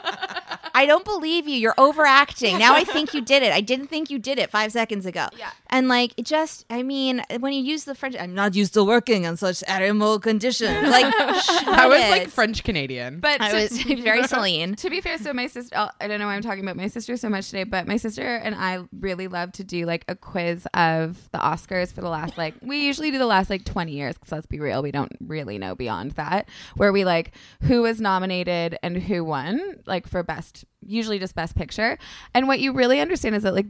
C: Right? I don't believe you. You're overacting. Now I think you did it. I didn't think you did it five seconds ago. Yeah. And like, it just, I mean, when you use the French, I'm not used to working on such animal conditions. Like,
A: I
C: I
A: was like French Canadian.
D: But
C: I
D: to-
C: was very Celine.
D: to be fair, so my sister, I'll- I don't know why I'm talking about my sister so much today, but my sister and I really love to do like a quiz of the Oscars for the last, like, we usually do the last like 20 years, because let's be real, we don't really know beyond that, where we like who was nominated and who won, like for best, usually just best picture. And what you really understand is that like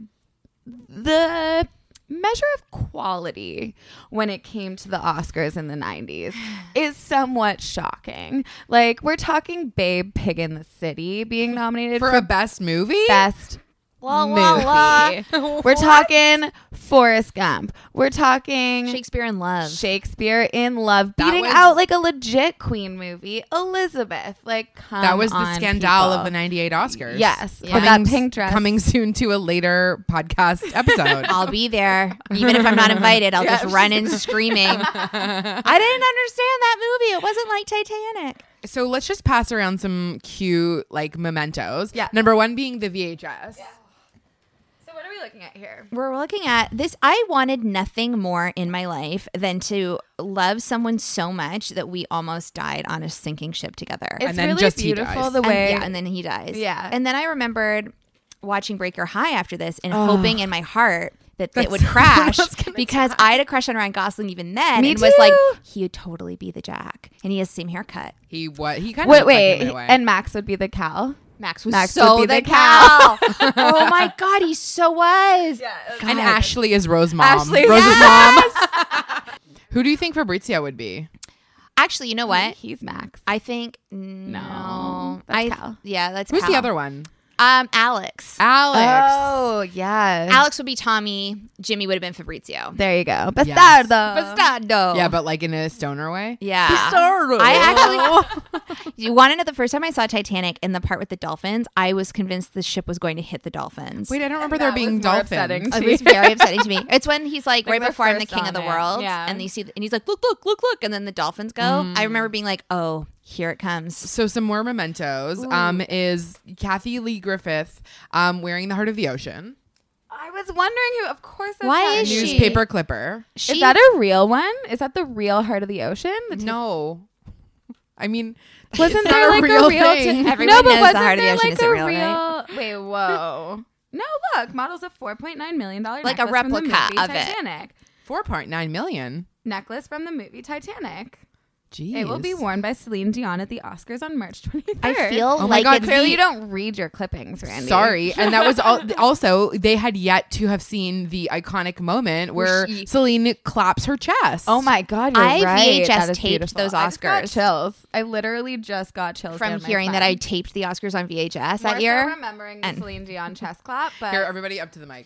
D: the measure of quality when it came to the Oscars in the 90s is somewhat shocking. Like we're talking Babe Pig in the City being nominated
A: for
D: for,
A: a best movie?
D: best
C: La, la, la.
D: movie. We're talking Forrest Gump. We're talking
C: Shakespeare in Love.
D: Shakespeare in Love, beating
A: was-
D: out like a legit Queen movie, Elizabeth. Like, come
A: That was the
D: on,
A: scandal of
D: people.
A: the 98 Oscars.
D: Yes,
C: Yeah.
D: with that pink dress.
A: Coming soon to a later podcast episode.
C: I'll be there. Even if I'm not invited, I'll just run in screaming. I didn't understand that movie. It wasn't like Titanic.
A: so let's just pass around some cute like mementos.
D: Yeah.
A: Number one being the VHS.
D: So what are we looking at here?
C: We're looking at this. I wanted nothing more in my life than to love someone so much that we almost died on a sinking ship together.
D: It's
A: then
D: really
A: just he
D: beautiful
A: dies.
D: the
C: And-
D: way.
C: yeah, and then he dies.
D: Yeah.
C: And then I remembered watching Breaker High after this and hoping in my heart that it would crash because I had a crush on Ryan Gosling even then
D: Me
C: and was like,
D: too.
C: he would totally be the Jack. And he has the same haircut.
A: He what he kind of
D: wait, wait,
A: and
D: and Max would be the cow.
C: Max was
D: Max
C: so
D: would be
C: the,
D: the
C: cow. oh my god, he so was.
A: and Ashley is Rose mom.
D: Ashley-
A: Rose's mom. Who do you think Fabrizio would be?
C: Actually, you know what?
D: He's Max.
C: I think no.
D: that's
C: I
D: Cal.
C: yeah, that's
A: Who's
C: Cal.
A: the other one?
C: Um, Alex.
A: Alex.
D: Oh yeah.
C: Alex would be Tommy. Jimmy would have been Fabrizio.
D: there you go.
A: Yes.
D: Bastardo.
C: Bastardo.
A: Yeah, but like in a stoner way.
C: yeah.
A: Bastardo.
C: I actually, you want to know the first time I saw Titanic in the part with the dolphins, I was convinced the ship was going to hit the dolphins.
A: Wait, I don't remember there
D: that was
A: being
D: more upsetting.
A: dolphins. Uh,
C: It was very upsetting to me. It's when he's like,
D: Like
C: right
D: the
C: before I'm the
D: first
C: king of the
D: on it.
C: world,
D: Yeah.
C: and you see, and he's like, look, look, look, look, and then the dolphins go.
A: Mm.
C: I remember being like, oh, here it comes.
A: So some more mementos um, is Kathy Lee Griffith um, wearing the heart of the ocean
D: I was wondering who. Of course. That's
C: Why
D: how I
C: is
D: knew.
C: she-
A: newspaper clipper.
C: She,
D: Is that a real one? Is that the real heart of the ocean? The t-
A: No, I mean
D: wasn't
A: not
D: there
A: a
D: like
A: real
D: a real? t-
A: thing.
C: Everyone
D: no, but
C: knows the
D: wasn't
C: heart of the
D: there
C: ocean
D: like
C: isn't
D: a
C: real,
D: real?
C: right?
D: Wait, whoa. No, look, model's a four point nine million dollar
C: Like a
D: necklace from the
C: replica
D: movie
C: of it.
D: Titanic.
A: four point nine million.
D: Necklace from the movie Titanic.
A: Jeez,
D: It will be worn by Celine Dion at the Oscars on March 23rd.
C: I feel
A: Oh my
C: like
A: God,
C: it's
D: clearly
C: the-
D: you don't read your clippings, Randy.
A: Sorry, and that was all, also they had yet to have seen the iconic moment where
C: she-
A: Celine claps her chest.
D: Oh my God, you're
C: I
D: right.
C: VHS
D: That is
C: taped
D: beautiful.
C: those
D: I just got
C: Oscars.
D: chills. I literally just got chills
C: from
D: down my
C: hearing that I
D: spine.
C: taped the Oscars on VHS
D: More
C: that
D: so
C: year.
D: remembering the
C: And-
D: Celine Dion chest clap, but
A: Here, everybody, up to the mic.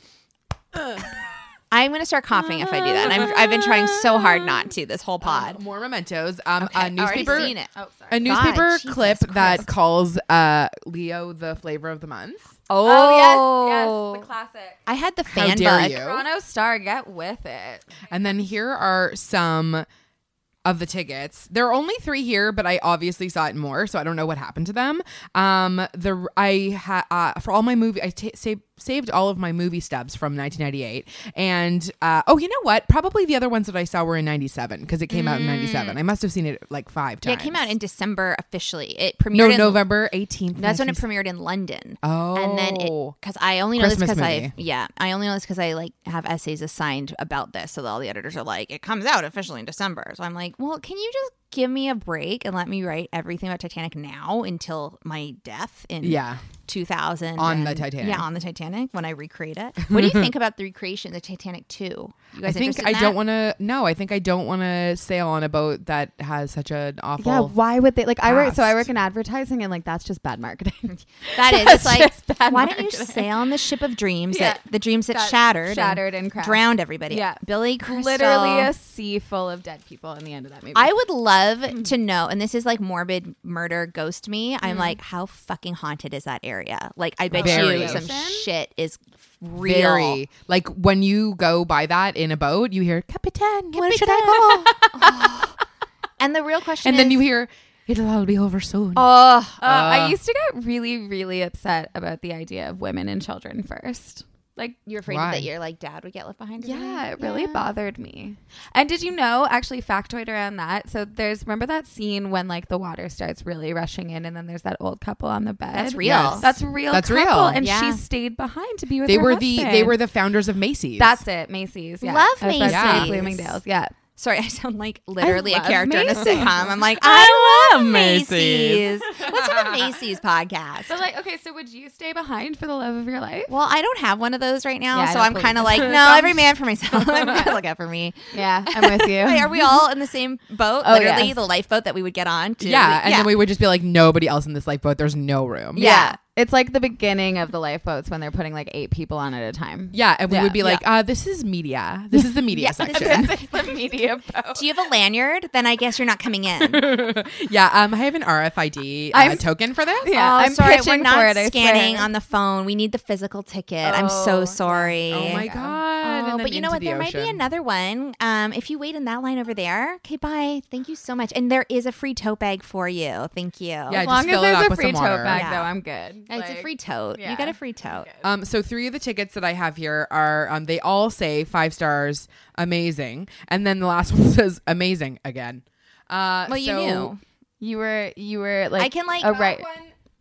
C: I'm gonna start coughing if I do that. And I'm, I've been trying so hard not to this whole pod.
A: More mementos. Um, a
C: I've already
A: newspaper.
C: seen it.
D: oh, sorry.
A: A newspaper
C: Jesus
A: clip that
C: Christ.
A: calls uh, Leo the flavor of the month.
C: Oh,
D: Oh, yes, yes, the classic.
C: I had the
A: How
C: fan
A: dare
C: book.
A: you.
D: Toronto Star, get with it.
A: And then here are some of the tickets. There are only three here, but I obviously saw it more, so I don't know what happened to them. Um, the I had uh, for all my movie, I ta- sa- saved all of my movie stubs from 1998, and uh, oh, you know what? Probably the other ones that I saw were in 97 because it came out in 97. I must have seen it like five
C: Mm. Yeah,
A: times.
C: it came out in December officially. It premiered
A: no
C: in
A: November 18th.
C: That's when it
A: 19-
C: premiered in London.
A: Oh.
C: and then because I only know this
A: Christmas
C: because
A: movie.
C: I yeah I only know this because I like have essays assigned about this, so all the editors are like, it comes out officially in December. So I'm like, well, can you just give me a break and let me write everything about Titanic now until my death in
A: Yeah.
C: 2000
A: On the
C: and-
A: Titanic.
C: yeah on the Titanic when I recreate it. What do you think about the recreation of the Titanic two? You
A: I
C: guys
A: think
C: interested
A: I
C: in
A: don't
C: that?
A: want to. No, I think I don't want to sail on a boat that has such an awful.
D: Yeah, why would they like? I work so I
A: past.
D: work in advertising, and like that's just bad marketing.
C: That is, it's like,
D: just bad
C: why don't you
D: marketing.
C: sail on the ship of dreams
D: Yeah.
C: that the dreams that,
D: That
C: shattered,
D: shattered and crashed.
C: drowned everybody?
D: Yeah.
C: Billy Crystal.
D: Literally a sea full of dead people in the end of that movie.
C: I would
D: Mm.
C: love to know, and this is like morbid murder ghost me. I'm like, how fucking haunted is that area? Like, I bet
A: Very.
C: you some shit is real.
A: Very like when you go by that in a boat, you hear Capitan, where should I go?
C: I go? and the real question,
A: And then
C: is-
A: you hear it'll all be over soon.
C: oh,
D: Uh, I used to get really, really upset about the idea of women and children first. Like,
C: you're afraid
A: Why?
C: that your like dad would get left behind. or
D: yeah, it
C: something?
D: really
C: Yeah.
D: bothered me. And did you know, actually, factoid around that? So there's remember that scene when like the water starts really rushing in, and then there's that old couple on the bed.
C: That's real. Yes.
D: That's real.
A: That's
D: couple,
A: real.
D: And
C: Yeah.
D: she stayed behind to be with.
A: they
D: her
A: were the they
D: husband.
A: were the founders of Macy's.
D: That's it, Macy's. Yeah.
C: Love
D: I was about to say
C: Macy's.
D: Bloomingdale's. Yeah.
C: Sorry, I sound like literally a
D: love
C: character
D: Macy's.
C: in a sitcom. I'm like, I,
A: I
C: love Macy's. Let's have a Macy's podcast.
D: But like, okay, so would you stay behind for the love of your life?
C: Well, I don't have one of those right now,
D: Yeah, I
C: so
D: don't
C: I'm
D: believe
C: kind of
D: it.
C: like, no, every man for myself. I'm gonna look out for me.
D: Yeah, I'm with you.
C: Wait, are we all in the same boat?
D: Oh,
C: Literally,
D: yes.
C: the lifeboat that we would get on. To,
A: Yeah, and then we would just be like, nobody else in this lifeboat. There's no room.
C: Yeah.
D: It's like the beginning of the lifeboats when they're putting like eight people on at a time.
A: Yeah, and we
D: Yeah.
A: would be like, uh, "This is media. This is the media section."
D: It's the media boat.
C: Do you have a lanyard? Then I guess you're not coming in.
A: yeah, um, I have an RFID uh,
D: I'm-
A: token for this.
D: Yeah,
C: oh,
D: I'm
C: sorry,
D: pitching
C: we're not
D: for it, I
C: scanning
D: swear.
C: on the phone. We need the physical ticket. I'm so
D: Oh,
C: sorry.
A: Oh my god!
C: Oh,
A: and then
C: but you know
A: into
C: what?
A: the
C: there might be
A: ocean.
C: another one. Um, if you wait in that line over there, okay, bye. Thank you so much. And there is a free tote bag for you. Thank you.
A: Yeah,
D: As long
A: just
D: as
A: fill it
D: there's
A: up
D: a
A: with
D: free
A: some
D: tote
A: water.
D: bag,
C: Yeah.
D: though, I'm good.
C: it's a
D: Like,
C: free tote. You
D: yeah.
C: got a free tote.
A: Um, so three of the tickets that I have here are um, they all say five stars, amazing, and then the last one says amazing again. Uh,
C: Well, you
A: so
C: knew.
D: You were you were like
C: I can, like,
D: a
C: go
D: right.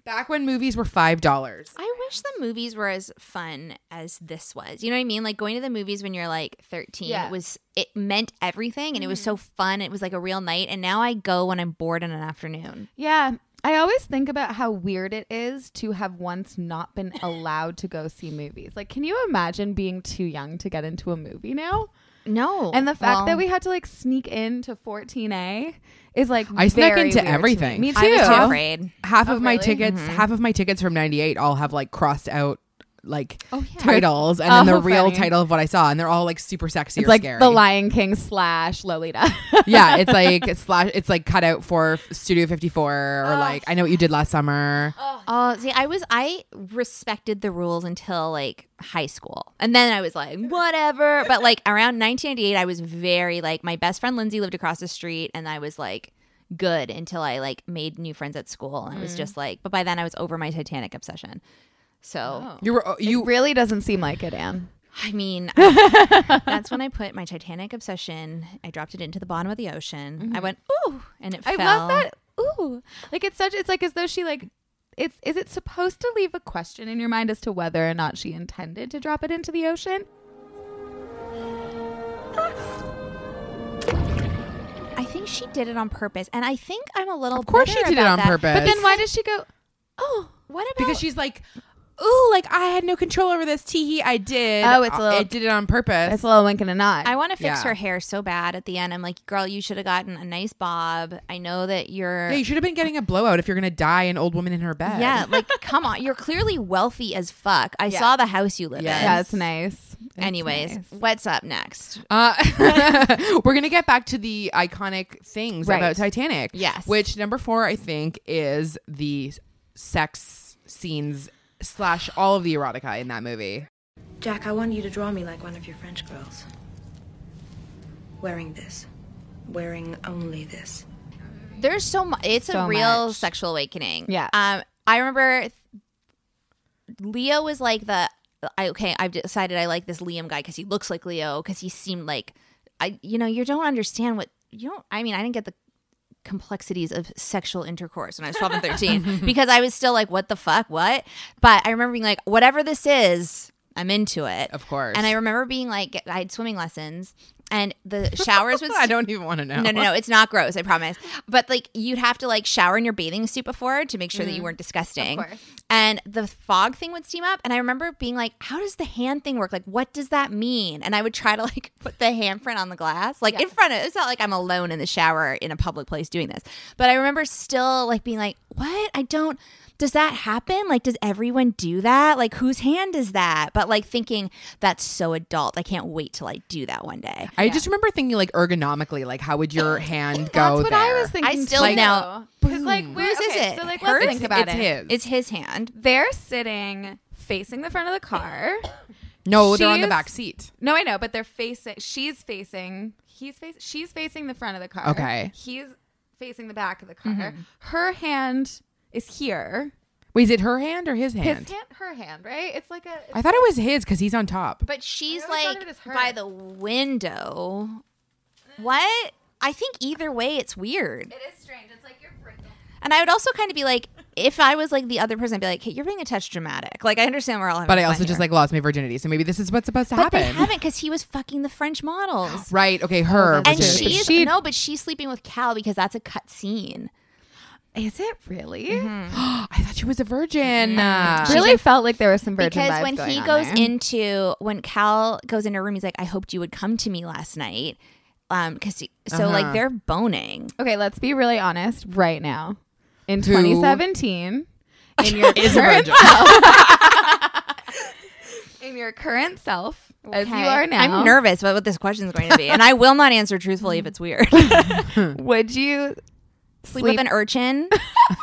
A: back when movies were five dollars.
C: I wish the movies were as fun as this was. You know what I mean? Like going to the movies when you're like 13
D: Yeah.
C: was it meant everything and it was so fun. It was like a real night and now I go when I'm bored in an afternoon.
D: Yeah. I always think about how weird it is to have once not been allowed to go see movies. Like, can you imagine being too young to get into a movie now?
C: No.
D: And the fact
C: Well,
D: that we had to like sneak into 14A is like
A: I snuck
D: very
A: into
D: weird to me.
A: everything.
D: Me too.
C: I was too afraid.
A: Half of my
D: Oh, really? Mm-hmm.
A: tickets, half of my tickets from '98, all have like crossed out like
D: Oh, yeah.
A: titles, and then
D: Oh,
A: the real
D: funny.
A: title of what I saw, and they're all like super sexy
D: It's
A: or
D: like
A: scary.
D: the Lion King slash Lolita.
A: yeah, it's like slash. It's like cut out for Studio 54,
D: Oh.
A: or like I know what you did last summer.
C: Oh, see, I was I respected the rules until like high school, and then I was like, whatever. But like around 1998, I was very like my best friend Lindsay lived across the street, and I was like good until I like made new friends at school, and I
A: Mm.
C: was just like, but by then I was over my Titanic obsession. So
A: You were oh, you
D: it really doesn't seem like it, Anne.
C: I mean, I- that's when I put my Titanic obsession. I dropped it into the bottom of the ocean. I
A: Mm-hmm.
C: went ooh, and it
D: I
C: fell.
D: love that. Ooh, like it's such. It's like as though she like. It's is it supposed to leave a question in your mind as to whether or not she intended to drop it into the ocean?
C: I think she did it on purpose, and I think I'm a little.
A: Of course she
C: bitter
A: did it
C: about
A: on
C: that.
A: purpose.
D: But then why does she go? Oh,
C: What about
A: Because she's like, ooh, like I had no control over this. Teehee, I did.
D: Oh, it's a
A: I- I
D: little-
A: did it on purpose.
D: it's a little wink and a nod.
C: I want to fix
A: Yeah.
C: her hair so bad at the end. I'm like, girl, you should have gotten a nice bob. I know that you're.
A: yeah, you should have been getting a blowout if you're gonna die an old woman in her bed.
C: yeah, like, come on. You're clearly wealthy as fuck. I saw the house you live
A: Yes.
C: in.
D: yeah, it's nice. It's
C: Anyways,
D: nice.
C: what's up next?
A: Uh, we're gonna get back to the iconic things
D: Right.
A: about Titanic.
C: Yes.
A: Which number four I think is the sex scenes slash all of the erotica in that movie.
F: Jack, I want you to draw me like one of your French girls. Wearing this. Wearing only this.
C: There's so much. It's a
D: So
C: real
D: much.
C: sexual awakening.
D: Yeah.
C: Um, I remember th- Leo was like the. I, okay, I've decided I like this Liam guy because he looks like Leo because he seemed like, I you know you don't understand what you don't. I mean I didn't get the complexities of sexual intercourse when I was 12 and 13 because I was still like what the fuck what, but I remember being like whatever this is I'm into it
A: Of course.
C: and I remember being like I had swimming lessons and the showers would
A: I don't even want to know.
C: no, no, no. It's not gross. I promise. But like, you'd have to like shower in your bathing suit before to make sure that you weren't disgusting. And the fog thing would steam up. And I remember being like, "How does the hand thing work? Like, what does that mean?" And I would try to like put the handprint on the glass, like in front of. It's not like I'm alone in the shower in a public place doing this. But I remember still like being like, "What? I don't." Does that happen? Like, does everyone do that? Like, whose hand is that? But like thinking that's so adult. I can't wait till I do that one day.
A: I just remember thinking like ergonomically, like how would your hand go
D: That's what
A: there?
D: I was thinking.
C: still
D: too.
C: know.
D: Because like, where,
C: Whose is
D: okay,
C: it?
D: So like,
C: Hers?
D: let's think about
A: it's
D: it.
A: his.
C: It's his hand.
D: They're sitting facing the front of the car.
A: no, they're on the
D: she's-
A: back seat.
D: No, I know, but they're facing. She's facing. He's facing. She's facing the front of the car.
A: Okay.
D: He's facing the back of the car. Her hand is here.
A: Wait, is it her hand or his hand?
D: His hand. Her hand. Right. It's like a.
A: I thought it was his because he's on top.
C: But she's
D: always thought
C: like
D: of it as her.
C: by the window. What? I think either way, it's weird.
D: it is strange. It's like you're.
C: And I would also kind of be like, if I was like the other person, I'd be like, hey, you're being a touch dramatic. Like, I understand we're all having
A: But I
C: fun
A: also just
C: here.
A: like lost my virginity, so maybe this is what's supposed to
C: But they
A: happen.
C: haven't because he was fucking the French models.
A: Right? Okay, her.
D: that's
A: was it.
C: And
D: But
C: she's
D: she-
C: no, but she's sleeping with Cal because that's a cut scene.
D: Is it really?
C: Mm-hmm.
A: I thought she was a virgin. Uh,
D: Really felt like there was some virgin
C: because
D: vibes
C: when
D: going
C: he
D: on
C: goes
D: there.
C: into when Cal goes into her room, he's like, "I hoped you would come to me last night," um, because so
D: Uh-huh.
C: like they're boning.
D: Okay, let's be really honest right now. In
A: Who-
D: 2017, in your
A: Is a virgin.
D: in your current self as you
C: Okay.
D: are now.
C: I'm nervous about what this question is going to be, and I will not answer truthfully if it's weird.
D: Would you
C: Sleep with an urchin?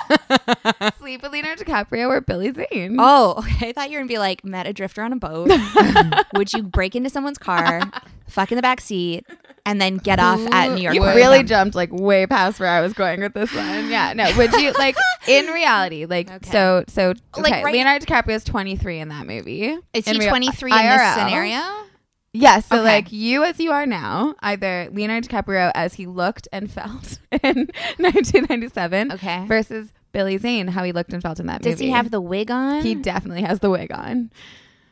D: sleep with Leonardo DiCaprio or Billy Zane?
C: Oh, okay. I thought you were gonna be like met a drifter on a boat. Would you break into someone's car, fuck in the back seat, and then get off at New York?
D: you
C: Harbor?
D: really jumped like way past where I was going with this one. Yeah, no. Would you like in reality, like so so?
C: Like,
D: Okay,
C: right-
D: Leonardo DiCaprio is twenty three in that movie.
C: Is
D: In
C: he
D: real-
C: 23 in this
D: IRL?
C: scenario?
D: Yes. so
C: Okay.
D: like you as you are now, either Leonardo DiCaprio as he looked and felt in 1997,
C: Okay.
D: versus Billy Zane how he looked and felt in that
C: Does
D: movie.
C: he have the wig on?
D: He definitely has the wig on.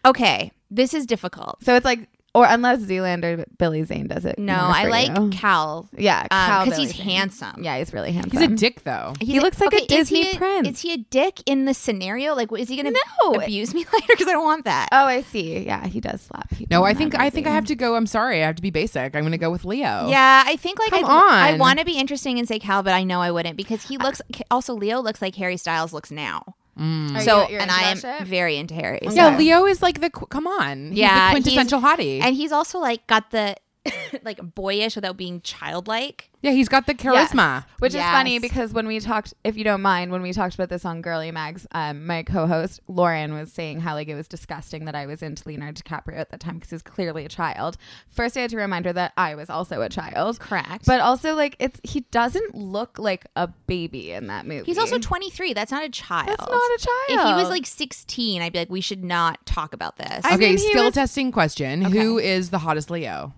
C: okay, this is difficult.
D: So it's like, or unless Zoolander Billy Zane does it.
C: No,
D: more
C: I
D: for
C: like
D: you.
C: Cal.
D: Yeah, Cal
C: because he's
D: Billy Zane.
C: handsome.
D: Yeah, he's really handsome.
A: He's a dick though.
C: He's
D: He looks like a
C: is he
D: Disney prince.
C: Is he a dick in the scenario? Like, is he going to
D: No.
C: abuse me later? Because I don't want that.
D: Oh, I see. Yeah, he does slap. people
A: No,
D: in
A: I
D: that
A: think I think I
D: movie.
A: have to go. I'm sorry. I have to be basic. I'm going to go with Leo.
C: Yeah, I think like
A: Oh. Come
C: I, I
A: on.
C: want to be interesting and say Cal, but I know I wouldn't because he looks. Also, Leo looks like Harry Styles looks now.
D: Are
C: So,
D: you- you're
C: and
D: into
C: I
D: that
C: am
D: shit?
C: very into Harry. so-
A: Yeah, Leo is like the qu- come on. He's
C: Yeah,
A: the
C: he's-
A: quintessential hottie.
C: and he's also like got the like boyish without being childlike.
A: yeah, he's got the
D: Yes.
A: charisma.
D: Which is
C: Yes.
D: funny because when we talked, if you don't mind, when we talked about this on Girly Mags, um, my co-host Lauren was saying how like it was disgusting that I was into Leonardo DiCaprio at that time because he was clearly a child. First, I had to remind her that I was also a child.
C: Correct.
D: But also, like it's he doesn't look like a baby in that movie.
C: He's also 23. That's not a child.
D: That's not a
C: If he was
D: child.
C: like 16, I'd be like, we should not talk about this.
D: I
A: okay,
D: mean, he
A: skill
D: was-
A: testing question. Who is the hottest Leo?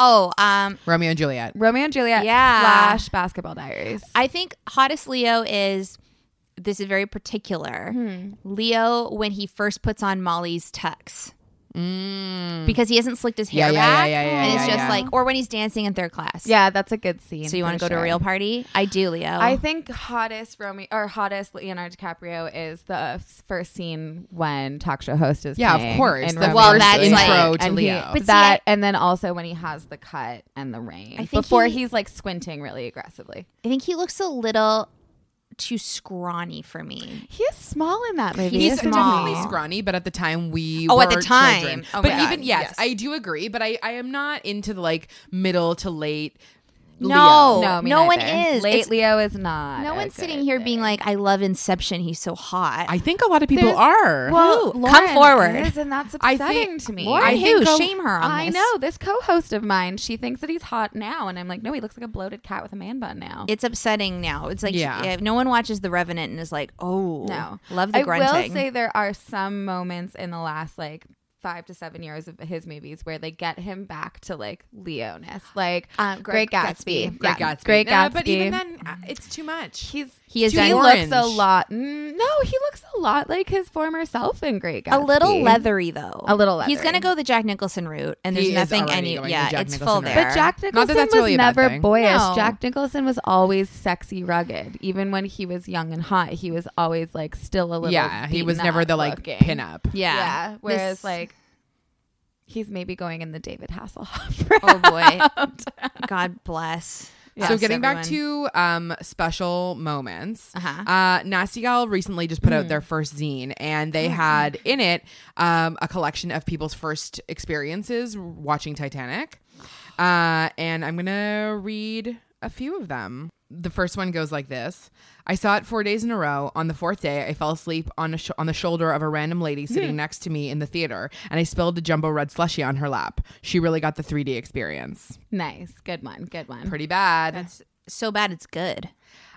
C: oh, um,
A: Romeo and Juliet.
D: Romeo and Juliet
C: Yeah.
D: slash Basketball Diaries.
C: I think hottest Leo is this is very particular. Leo when he first puts on Molly's tux. Because he hasn't slicked his
A: Yeah,
C: hair
A: yeah, yeah,
C: back,
A: yeah, yeah,
C: and it's
A: yeah,
C: just
A: yeah.
C: like, or when he's dancing in third class.
D: Yeah, that's a good scene.
C: So you want to
D: for
C: go to a
D: sure.
C: real party? I do, Leo.
A: Oh.
D: I think hottest Romeo or hottest Leonardo DiCaprio is the f- first scene when talk show host is
A: Yeah, of
D: playing
A: course.
D: in
A: The
D: Romeo
C: Well,
D: and
C: that's
D: Juliet.
C: like- intro
A: to
D: and
A: Leo.
C: But
D: He,
C: see,
D: that
C: I-
D: and then also when he has the cut and the rain
C: I think
D: before
C: he-
D: he's like squinting really aggressively.
C: I think he looks a little too scrawny for me.
D: He is small in that movie.
C: He's
A: He's
D: isn't
C: small.
A: definitely scrawny, but at the time we
C: Oh,
A: were
C: at the time.
A: children.
C: Oh my
A: but
C: God,
A: even yes,
C: yes.
A: I do agree. But I I am not into the like middle to late.
C: No,
D: he?
C: no,
D: No, me
C: one
D: neither.
C: is.
D: Late
C: It's-
D: Leo is not.
C: no
D: a
C: one's sitting
D: good
C: here
D: thing.
C: being like, "I love Inception. He's so hot."
A: I think a lot of people
D: There's-
A: are.
D: Well,
C: Who?
D: Lauren
C: Come forward.
D: is, and that's
A: I
D: upsetting
A: think-
D: to me.
A: Lauren
D: I
C: who?
D: think
C: Shame her on
D: I
C: this.
D: know this co-host of mine. She thinks that he's hot now, and I'm like, no, he looks like a bloated cat with a man bun now.
C: it's upsetting now. It's like
A: Yeah.
C: yeah, no one watches The Revenant and is like, "Oh,
D: no,
C: love the
D: I
C: grunting."
D: will say there are some moments in the last like five to seven years of his movies where they get him back to like Leoness, like
C: Um,
D: Great,
C: Great
D: Gatsby.
C: Gatsby.
D: Yeah,
A: Great Uh, Gatsby.
D: Great
A: Nah,
D: Gatsby.
A: but even then, uh, it's too much.
D: He's
C: He is
D: he
C: done.
D: looks a
A: Orange.
D: lot. mm, No, he looks a lot like his former self in Great Gatsby.
C: a little leathery though.
D: A little
C: He's gonna
D: leathery.
C: go the Jack Nicholson route, and there's
A: He is
C: nothing
A: already
C: any.
A: going the
C: Yeah,
A: Jack
C: it's full
A: Nicholson route.
C: there.
D: But Jack Nicholson
A: Not that that's
D: was
A: really a bad
D: never
A: thing.
D: boyish.
C: No.
D: Jack Nicholson was always sexy, rugged. Even when he was young and hot, he was always like still a little.
A: yeah, he was
D: beaten
A: never
D: up
A: the like
D: looking.
A: pin up.
C: yeah,
D: Yeah. Whereas
C: This-
D: like he's maybe going in the David Hasselhoff. route.
C: oh boy, God
A: so
C: bless. Yes,
A: getting back
C: everyone.
A: to um, special moments,
C: Uh-huh. Mm.
A: uh, Nasty Gal recently just put out their first zine, and
C: Oh,
A: they had in it um, a collection of people's first experiences watching Titanic. Uh, and I'm gonna read a few of them. The first one goes like this: I saw it four days in a row. On the fourth day, I fell asleep on a sh- on the shoulder of a random lady
C: Hmm.
A: sitting next to me in the theater, and I spilled a jumbo red slushie on her lap. She really got the 3D experience.
D: nice, good one, good one.
A: Pretty bad.
C: so bad it's good.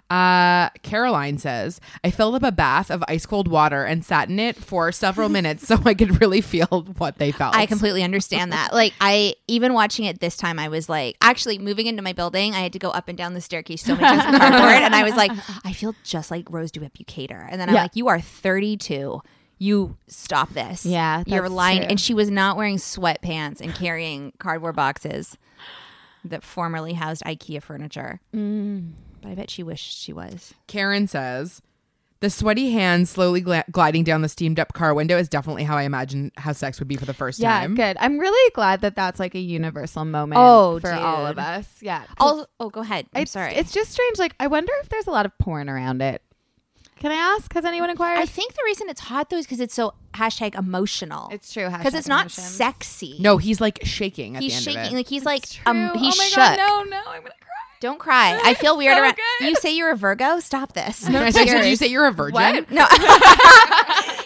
A: Uh, Caroline says, I filled up a bath of ice cold water and sat in it for several minutes so I could really feel what they felt.
C: I completely understand that. Like I even watching it this time, I was like, actually moving into my building, I had to go up and down the staircase so many times with cardboard, and I was like, I feel just like Rose Dubucator. And then I'm
D: Yeah.
C: like, you are 32. You stop this.
D: Yeah,
C: you're
D: that's
C: lying.
D: true.
C: And she was not wearing sweatpants and carrying cardboard boxes that formerly housed IKEA furniture.
D: Mm.
C: But I bet she wished she was.
A: Karen says, the sweaty hands slowly gla- gliding down the steamed up car window is definitely how I imagined how sex would be for the first
D: Yeah,
A: time.
D: good. I'm really glad that that's like a universal moment.
C: Oh,
D: for all of
C: dude.
D: us. Yeah. 'cause
C: Oh, oh, go ahead. I'm
D: it's,
C: sorry.
D: It's just strange. Like I wonder if there's a lot of porn around it. Can I ask? Has anyone inquired?
C: I think the reason it's hot though is because it's so hashtag emotional.
D: It's true,
C: because it's
D: hashtag
C: not
D: emotions.
C: sexy.
A: No, he's like shaking at
C: he's
A: the end
C: shaking.
A: of it.
C: Like he's like
D: It's
C: um
D: true.
C: he's
D: oh my
C: shook.
D: God, no, no, I'm gonna cry.
C: Don't cry. I feel weird
D: So
C: around.
D: good.
C: You say you're a Virgo. Stop this.
A: I said, Did you say you're a virgin?
C: No.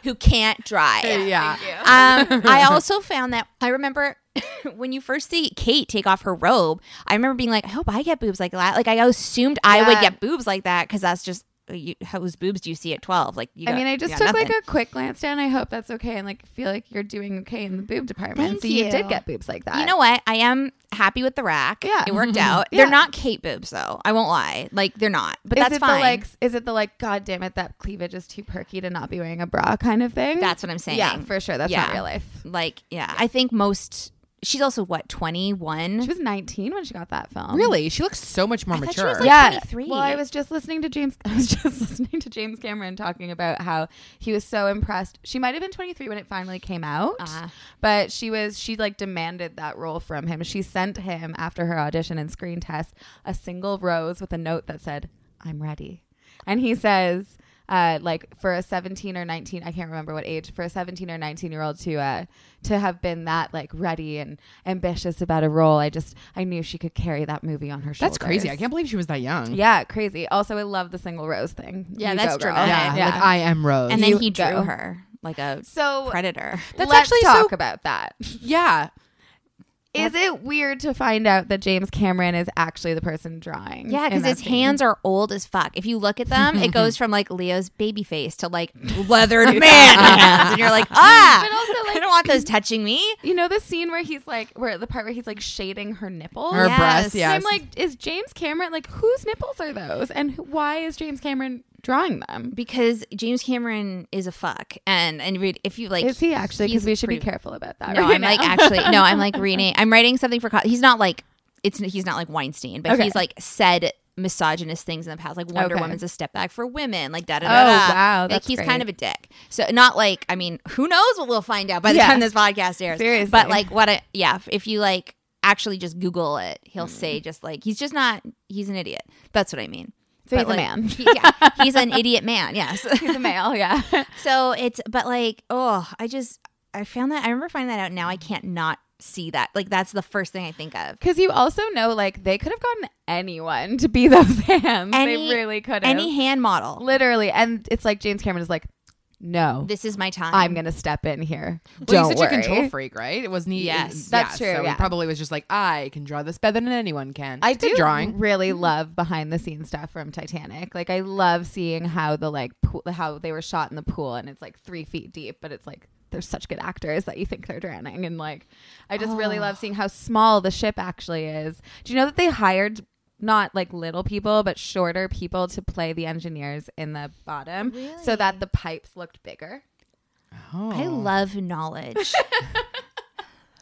C: Who can't drive.
A: Yeah.
C: Um, I also found that I remember when you first see Kate take off her robe, I remember being like, I hope I get boobs like that. Like, I assumed I would
D: Yeah.
C: get boobs like that because that's just. You, whose boobs do you see at 12? Like, you
D: I
C: got-
D: mean, I
C: you
D: just
C: got
D: took
C: nothing.
D: like a quick glance down. I hope that's okay, and like feel like you're doing okay in the boob department.
C: Thank
D: so you.
C: you.
D: did get boobs like that.
C: You know what? I am happy with the rack.
D: Yeah. Mm-hmm.
C: It worked out.
D: Yeah.
C: They're not Kate boobs, though. I won't lie. Like, they're not. But
D: is
C: that's
D: it
C: fine.
D: the like? Is it the like? God damn it, that cleavage is too perky to not be wearing a bra kind of thing.
C: That's what I'm saying.
D: Yeah, for sure. That's
C: Yeah.
D: not real life.
C: Like, yeah. I think most. She's also, what,
D: She
C: 21?
D: was 19 when she got that film.
A: Really? She looks so much more
C: thought she
A: mature.
C: was, like,
D: yeah.
C: 23.
D: Well, I was just listening to James. I was just listening to James Cameron talking about how he was so impressed. She might have been 23 when it finally came out,
C: Ah.
D: but she was. She like demanded that role from him. She sent him after her audition and screen test a single rose with a note that said, "I'm ready," and he says. Uh, like for a 17 or 19 i can't remember what age for a 17 or 19 year old to uh to have been that like ready and ambitious about a role i just i knew she could carry that movie on her shoulders
A: That's crazy. I can't believe she was that young.
D: yeah, crazy. Also, I love the single rose thing.
C: Yeah,
D: You
C: that's
D: go, girl.
C: dramatic.
A: Yeah,
D: Yeah.
A: Like I am Rose.
C: and then
D: You
C: he drew
D: go.
C: her like a
D: So
C: predator.
D: let's
A: Let's actually so-
D: talk about that.
A: yeah.
D: Is it weird to find out that James Cameron is actually the person drawing?
C: Yeah,
D: in
C: because
D: that
C: his
D: scene?
C: hands are old as fuck. If you look at them, it goes from like Leo's baby face to like leathered man hands, and you're like, ah.
D: But also,
C: I
D: like-
C: don't want those touching me.
D: You know the scene where he's like, where the part where he's like shading her nipples.
A: Her
C: Yes.
A: breasts.
C: I'm
D: And
A: Yes.
D: I'm like, is James Cameron like whose nipples are those, and who, why is James Cameron drawing them?
C: Because James Cameron is a fuck, and and read if you like,
D: Is he actually? Because
C: he's
D: we should be
C: pretty-
D: careful about that.
C: No,
D: right
C: I'm like
D: now.
C: actually no, I'm like reading. I'm writing something for. co- He's not like it's. He's not like Weinstein, but
D: Okay.
C: he's like said misogynist things in the past, like Wonder
D: Okay.
C: Woman's a step back for women, like da da
D: Oh,
C: da. da.
D: wow,
C: like
D: that's
C: he's kind
D: great.
C: of a dick. So not like I mean, who knows what we'll find out by the
D: Yeah.
C: time this podcast airs.
D: Seriously.
C: but like what? I, yeah, if- if you like actually just Google it,
D: Hmm.
C: he'll say just like he's just not. He's an idiot. That's what I mean.
D: So
C: But,
D: he's a
C: like,
D: man.
C: he- yeah, he's an idiot man. Yes.
D: he's a male. Yeah.
C: So it's, but like, oh, I just, I found that, I remember finding that out now. I can't not see that. Like, that's the first thing I think of.
D: Because you also know, like, they could have gotten anyone to be those hands.
C: Any-
D: they really could have.
C: Any hand model.
D: Literally. And it's like James Cameron is like, no,
C: This is my time.
D: I'm going to step in here.
A: Well,
D: Don't
A: he's such
D: worry.
A: a control freak, right? It wasn't he?
C: Yes.
D: That's
A: yeah,
D: true,
A: So he
D: yeah.
A: probably was just like, I can draw this better than anyone can.
D: I
A: It's good
D: do
A: drawing.
D: really love behind the scenes stuff from Titanic. Like I love seeing how the like pool, how they were shot in the pool and it's like three feet deep, but it's like they're such good actors that you think they're drowning. And like I just really love seeing how small the ship actually is. Do you know that they hired not like little people, but shorter people to play the engineers in the bottom so that the pipes looked bigger.
C: I love knowledge,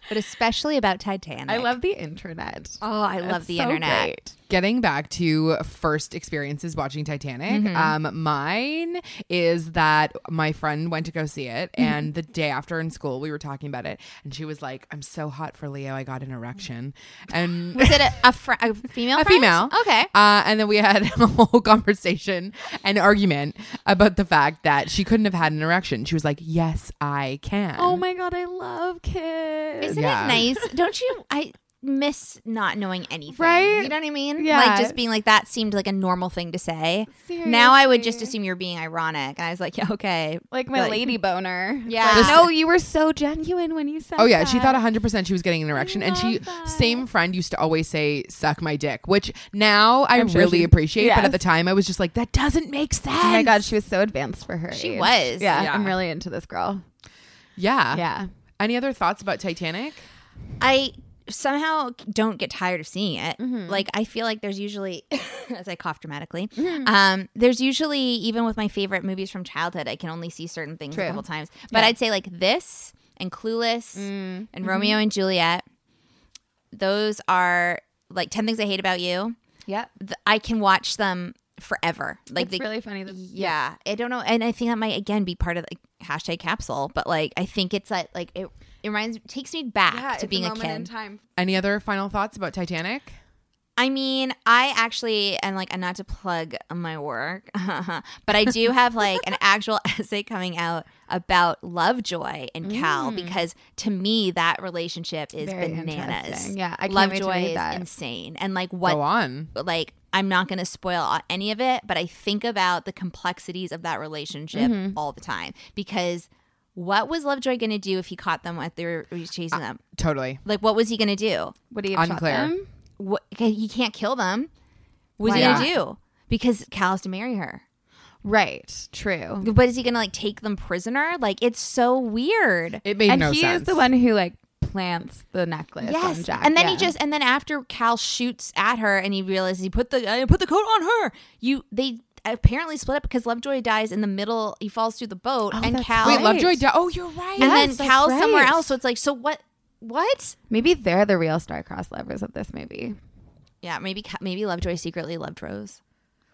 C: but especially about Titanic.
D: I love the internet.
C: oh, I love
D: That's
C: the
D: so
C: internet.
D: great.
A: Getting back to first experiences watching Titanic,
D: Mm-hmm.
A: um, mine is that my friend went to go see it,
D: Mm-hmm.
A: and the day after in school, we were talking about it, and she was like, I'm so hot for Leo, I got an erection. And
C: Was it a, a, fr- a female?
A: a
C: friend?
A: female.
C: Okay.
A: Uh, and then we had a whole conversation and argument about the fact that she couldn't have had an erection. She was like, Yes, I can.
D: Oh my god, I love kids.
C: Isn't
A: yeah.
C: it nice? Don't you? I miss not knowing anything.
D: Right?
C: You know what I mean?
D: Yeah.
C: Like just being like that seemed like a normal thing to say. Now I would just assume you're being ironic. And I was like, yeah, okay.
D: like my lady boner. It's
C: Yeah.
D: Like,
C: This-
D: no, you were so genuine when you said.
A: Oh yeah, she
D: that."
A: thought 100% she was getting an erection and she
D: love
A: same friend used to always say suck my dick, which now I
D: I'm sure
A: really
D: she-
A: appreciate, but at
D: yes.
A: the time I was just like that doesn't make sense.
D: Oh my god, she was so advanced for her.
C: She
D: age.
C: was.
D: Yeah,
A: Yeah.
D: I'm really into this girl.
A: Yeah.
D: Yeah.
A: Any other thoughts about Titanic?
C: I somehow don't get tired of seeing it.
D: Mm-hmm.
C: Like I feel like there's usually as I cough dramatically.
D: Mm-hmm.
C: Um there's usually even with my favorite movies from childhood, I can only see certain things a
D: True. Mm.
C: couple times. But I'd say like this and Clueless and
D: Mm-hmm.
C: Romeo and Juliet. Those are like 10 things I hate about you.
D: Yep.
C: th- I can watch them forever. Like
D: It's
C: they,
D: really funny. That,
C: yeah. I don't know, and I think that might again be part of like hashtag capsule, but like I think it's that like it, it reminds takes me back
D: yeah, it's
C: to being a,
D: moment in
C: kid.
D: time.
A: Any other final thoughts about Titanic?
C: I mean, I actually and like, and not to plug my work, but I do have like an actual essay coming out about Lovejoy and Cal because to me that relationship is
D: Mm. Very
C: bananas.
D: interesting. Yeah, I can't wait to
C: Lovejoy
D: read
C: is
D: that.
C: insane, and like
A: Go
C: what,
A: on.
C: like I'm not going to spoil any of it, but I think about the complexities of that relationship all the time because what was Lovejoy going to do if he caught them if they were chasing them?
A: Totally.
C: Like, what was he going to do?
D: Would he have shot
A: Unclear.
D: them?
C: what okay, he can't kill them. What's
D: Why
C: he
A: not?
C: gonna do? Because Cal has to marry her.
D: Right. True.
C: But is he gonna like take them prisoner? Like it's so weird.
A: It made
D: and
A: no
D: he
A: sense.
D: is the one who like plants the necklace on
C: Yes,
D: Jack.
C: and then he
D: Yeah.
C: just and then after Cal shoots at her and he realizes he put the I put the coat on her. You they apparently split up because Lovejoy dies in the middle. He falls through the boat and
D: Oh, that's
C: Cal
A: Wait,
D: Right.
A: Lovejoy. Di- oh, you're right.
D: Yes,
C: and then
D: that's
C: Cal's somewhere
D: right.
C: else. So it's like so what what?
D: maybe they're the real star-crossed lovers of this movie.
C: Yeah, maybe Ca- maybe Lovejoy secretly loved Rose.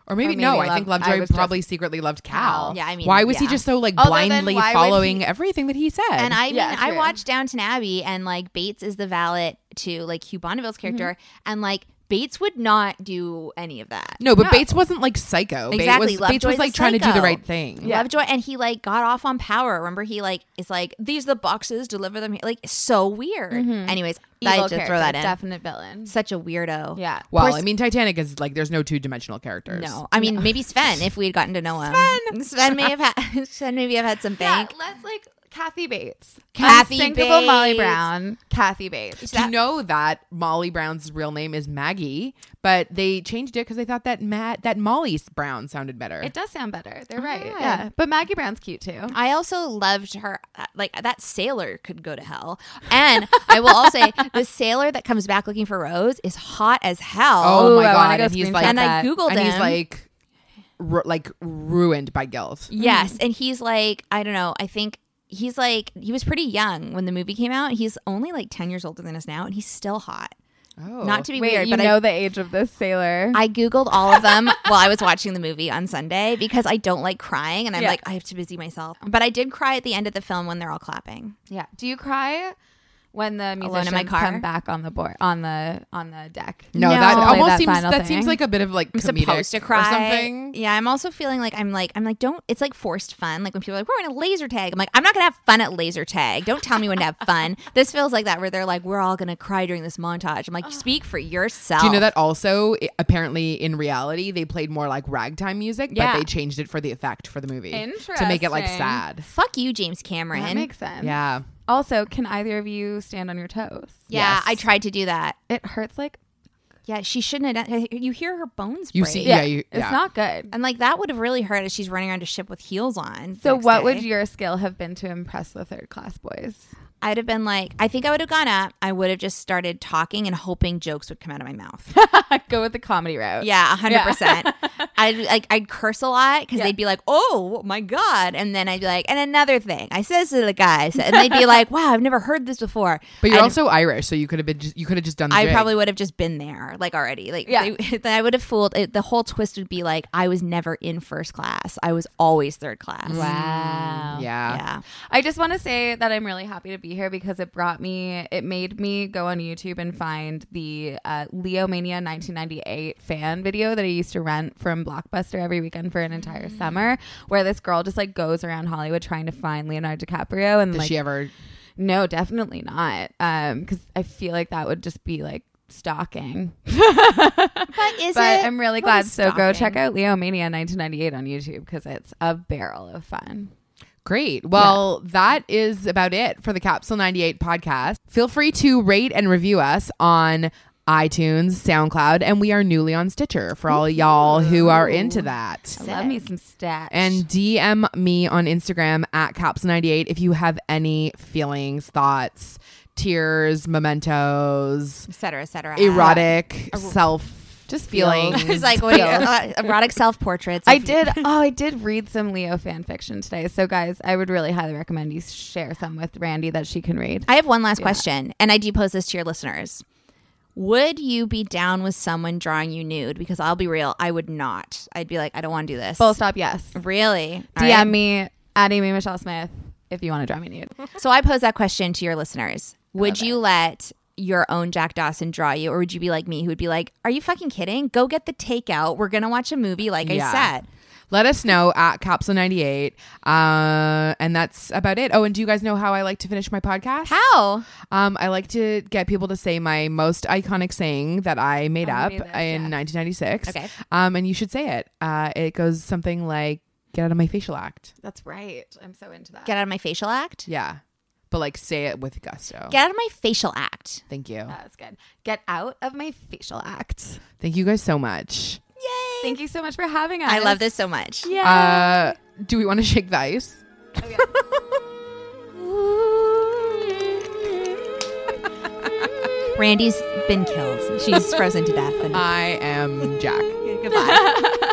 A: Or maybe,
D: Or maybe
A: no, I
D: Love-
A: think
D: I
A: Lovejoy
D: was
A: probably secretly loved Cal.
C: Cal. Yeah, I mean,
A: why was he
C: yeah.
A: just so like
D: Although Oh, then
A: blindly
D: why would
A: following
D: he-
A: everything that he said?
C: And I mean,
D: Yeah,
C: I
D: true.
C: watched Downton Abbey, and like Bates is the valet to like Hugh Bonneville's
D: Mm-hmm.
C: character, and like Bates would not do any of that.
A: no, but Bates wasn't like psycho.
C: Exactly,
A: Bates was, Bates was
C: Lovejoy's a
A: like trying to do the
C: psycho.
A: right thing.
C: Lovejoy, and he like got off on power. Remember, he like is like these are the boxes, deliver them. here." Like so weird. Anyways, I
D: Evil
C: had to
D: character,
C: throw that in.
D: Definite villain.
C: Such a weirdo.
D: Yeah.
A: Well,
C: Pers-
A: I mean, Titanic is like there's no two dimensional characters.
C: No, I mean maybe Sven if we had gotten to know him. Sven, Sven may have had Sven maybe have had some
D: Yeah,
C: bank.
D: let's like Kathy Bates.
C: Kathy
D: Unsinkable Molly
C: Bates.
D: Brown. Kathy Bates.
A: Do you know that Molly Brown's real name is Maggie, but they changed it because they thought that Matt that Molly Brown sounded better.
D: It does sound better. They're right. Yeah. But Maggie Brown's cute too.
C: I also loved her. Like that sailor could go to hell. And I will also say the sailor that comes back looking for Rose is hot as hell.
A: oh my
D: I wanna
A: god!
D: go
A: and he's
D: screenshot
A: like,
C: and I
D: that.
C: googled
A: and
C: him.
A: he's like, ru- like ruined by guilt.
C: yes,
D: Mm.
C: and he's like, I don't know. I think he's like he was pretty young when the movie came out. He's only like ten years older than us now, and he's still hot.
A: Oh,
C: Not to be
D: Wait,
C: weird,
D: you
C: but
D: know
C: I.
D: the age of this sailor.
C: I googled all of them while I was watching the movie on Sunday because I don't like crying and I'm
D: Yeah.
C: like I have to busy myself. But I did cry at the end of the film when they're all clapping.
D: yeah. Do you cry when the musicians
C: Alone in my car?
D: come back on the board on the on the deck?
A: no,
C: No.
A: that
C: Play
A: almost
D: that
A: seems
D: final
A: that seems
D: thing.
A: like a bit of like
C: I'm
A: comedic
C: supposed to
A: or
C: cry.
A: something.
C: Yeah, I'm also feeling like I'm like I'm like don't. It's like forced fun. Like when people are like we're going to laser tag. I'm like I'm not going to have fun at laser tag. Don't tell me when to have fun. This feels like that where they're like we're all going to cry during this montage. I'm like speak for yourself.
A: Do you know that also i- apparently in reality they played more like ragtime music,
C: Yeah.
A: but they changed it for the effect for the movie to make it like
D: Interesting.
A: sad.
C: Fuck you, James
D: That
C: Cameron.
D: makes sense.
A: Yeah,
D: Also, can either of you stand on your toes?
C: yeah,
A: Yes.
C: I tried to do that.
D: It hurts like
C: Yeah, she shouldn't have. done- You hear her bones
A: you
C: break.
A: see. Yeah, you,
D: it's
A: yeah.
D: not good.
C: And like that would have really hurt as she's running around a ship with heels on. the
D: So,
C: next
D: what
C: day.
D: would your skill have been to impress the third class boys?
C: I'd have been like, I think I would have gone up. I would have just started talking and hoping jokes would come out of my mouth.
D: Go with the comedy route.
C: Yeah, hundred
D: Yeah.
C: percent. I'd like I'd curse a lot because they'd be like, "Oh my god," and then I'd be like, "And another thing," I says to the guys, and they'd be like, "Wow, I've never heard this before."
A: But you're
C: I'd-
A: also Irish, so you could have been. Just, you could have just done. The
C: I
A: jig.
C: probably would have just been there, like already. Like,
D: Yeah.
C: they- then I would have fooled. It, the whole twist would be like, I was never in first class. I was always third class.
D: Wow.
A: Yeah.
C: Yeah.
D: I just want to say that I'm really happy to be here because it brought me, it made me go on YouTube and find the uh, Leo Mania 1998 fan video that I used to rent from Blockbuster every weekend for an entire
C: Mm.
D: summer, where this girl just like goes around Hollywood trying to find Leonardo DiCaprio and
A: Did
D: like,
A: she ever?
D: no, definitely not, because I feel like that would just be like stalking.
C: But is
D: but
C: it?
D: I'm really
C: what
D: glad.
C: is
D: So go
C: stalking?
D: check out Leo Mania 1998 on YouTube because it's a barrel of fun.
A: Great. Well, that is about it for the Capsule 98 podcast. Feel free to rate and review us on iTunes, SoundCloud, and we are newly on Stitcher for all y'all who are into that.
D: I love me some stats.
A: And DM me on Instagram at Capsule98 if you have any feelings, thoughts, tears, mementos,
C: et cetera, et cetera.
A: erotic, self
D: Just
A: feelings.
C: It's like what do you, uh, erotic self portraits.
D: I did. Oh, I did read some Leo fan fiction today. So, guys, I would really highly recommend you share some with Randy that she can read.
C: I have one last question, and I do pose this to your listeners. Would you be down with someone drawing you nude? Because I'll be real, I would not. I'd be like, I don't want to do this.
D: Full stop. Yes.
C: Really? All
D: DM
C: right.
D: me at Amy Michelle Smith if you want to draw me nude.
C: So I pose that question to your listeners. Would you let your own Jack Dawson draw you, or would you be like me, who would be like, "Are you fucking kidding? Go get the takeout. We're gonna watch a movie." Like
A: Yeah.
C: I said,
A: Let us know at Capsule 98. Uh, and that's about it. Oh, and do you guys know how I like to finish my podcast?
C: how?
A: Um, I like to get people to say my most iconic saying that I made up
D: gonna do this,
A: in
D: yeah.
A: 1996.
C: Okay.
A: Um, and you should say it. Uh, it goes something like, get out of my facial act.
D: That's right. I'm so into that.
C: Get out of my facial act.
A: Yeah. But like, say it with gusto.
C: Get out of my facial act.
A: Thank you.
D: That's good. Get out of my facial act.
A: Thank you guys so much.
D: Thank you so much for having us.
C: I love this so much.
D: Yeah.
A: Uh, do we want to shake the ice?
C: Randy's been killed. She's frozen to death.
A: I am Jack.
C: Goodbye.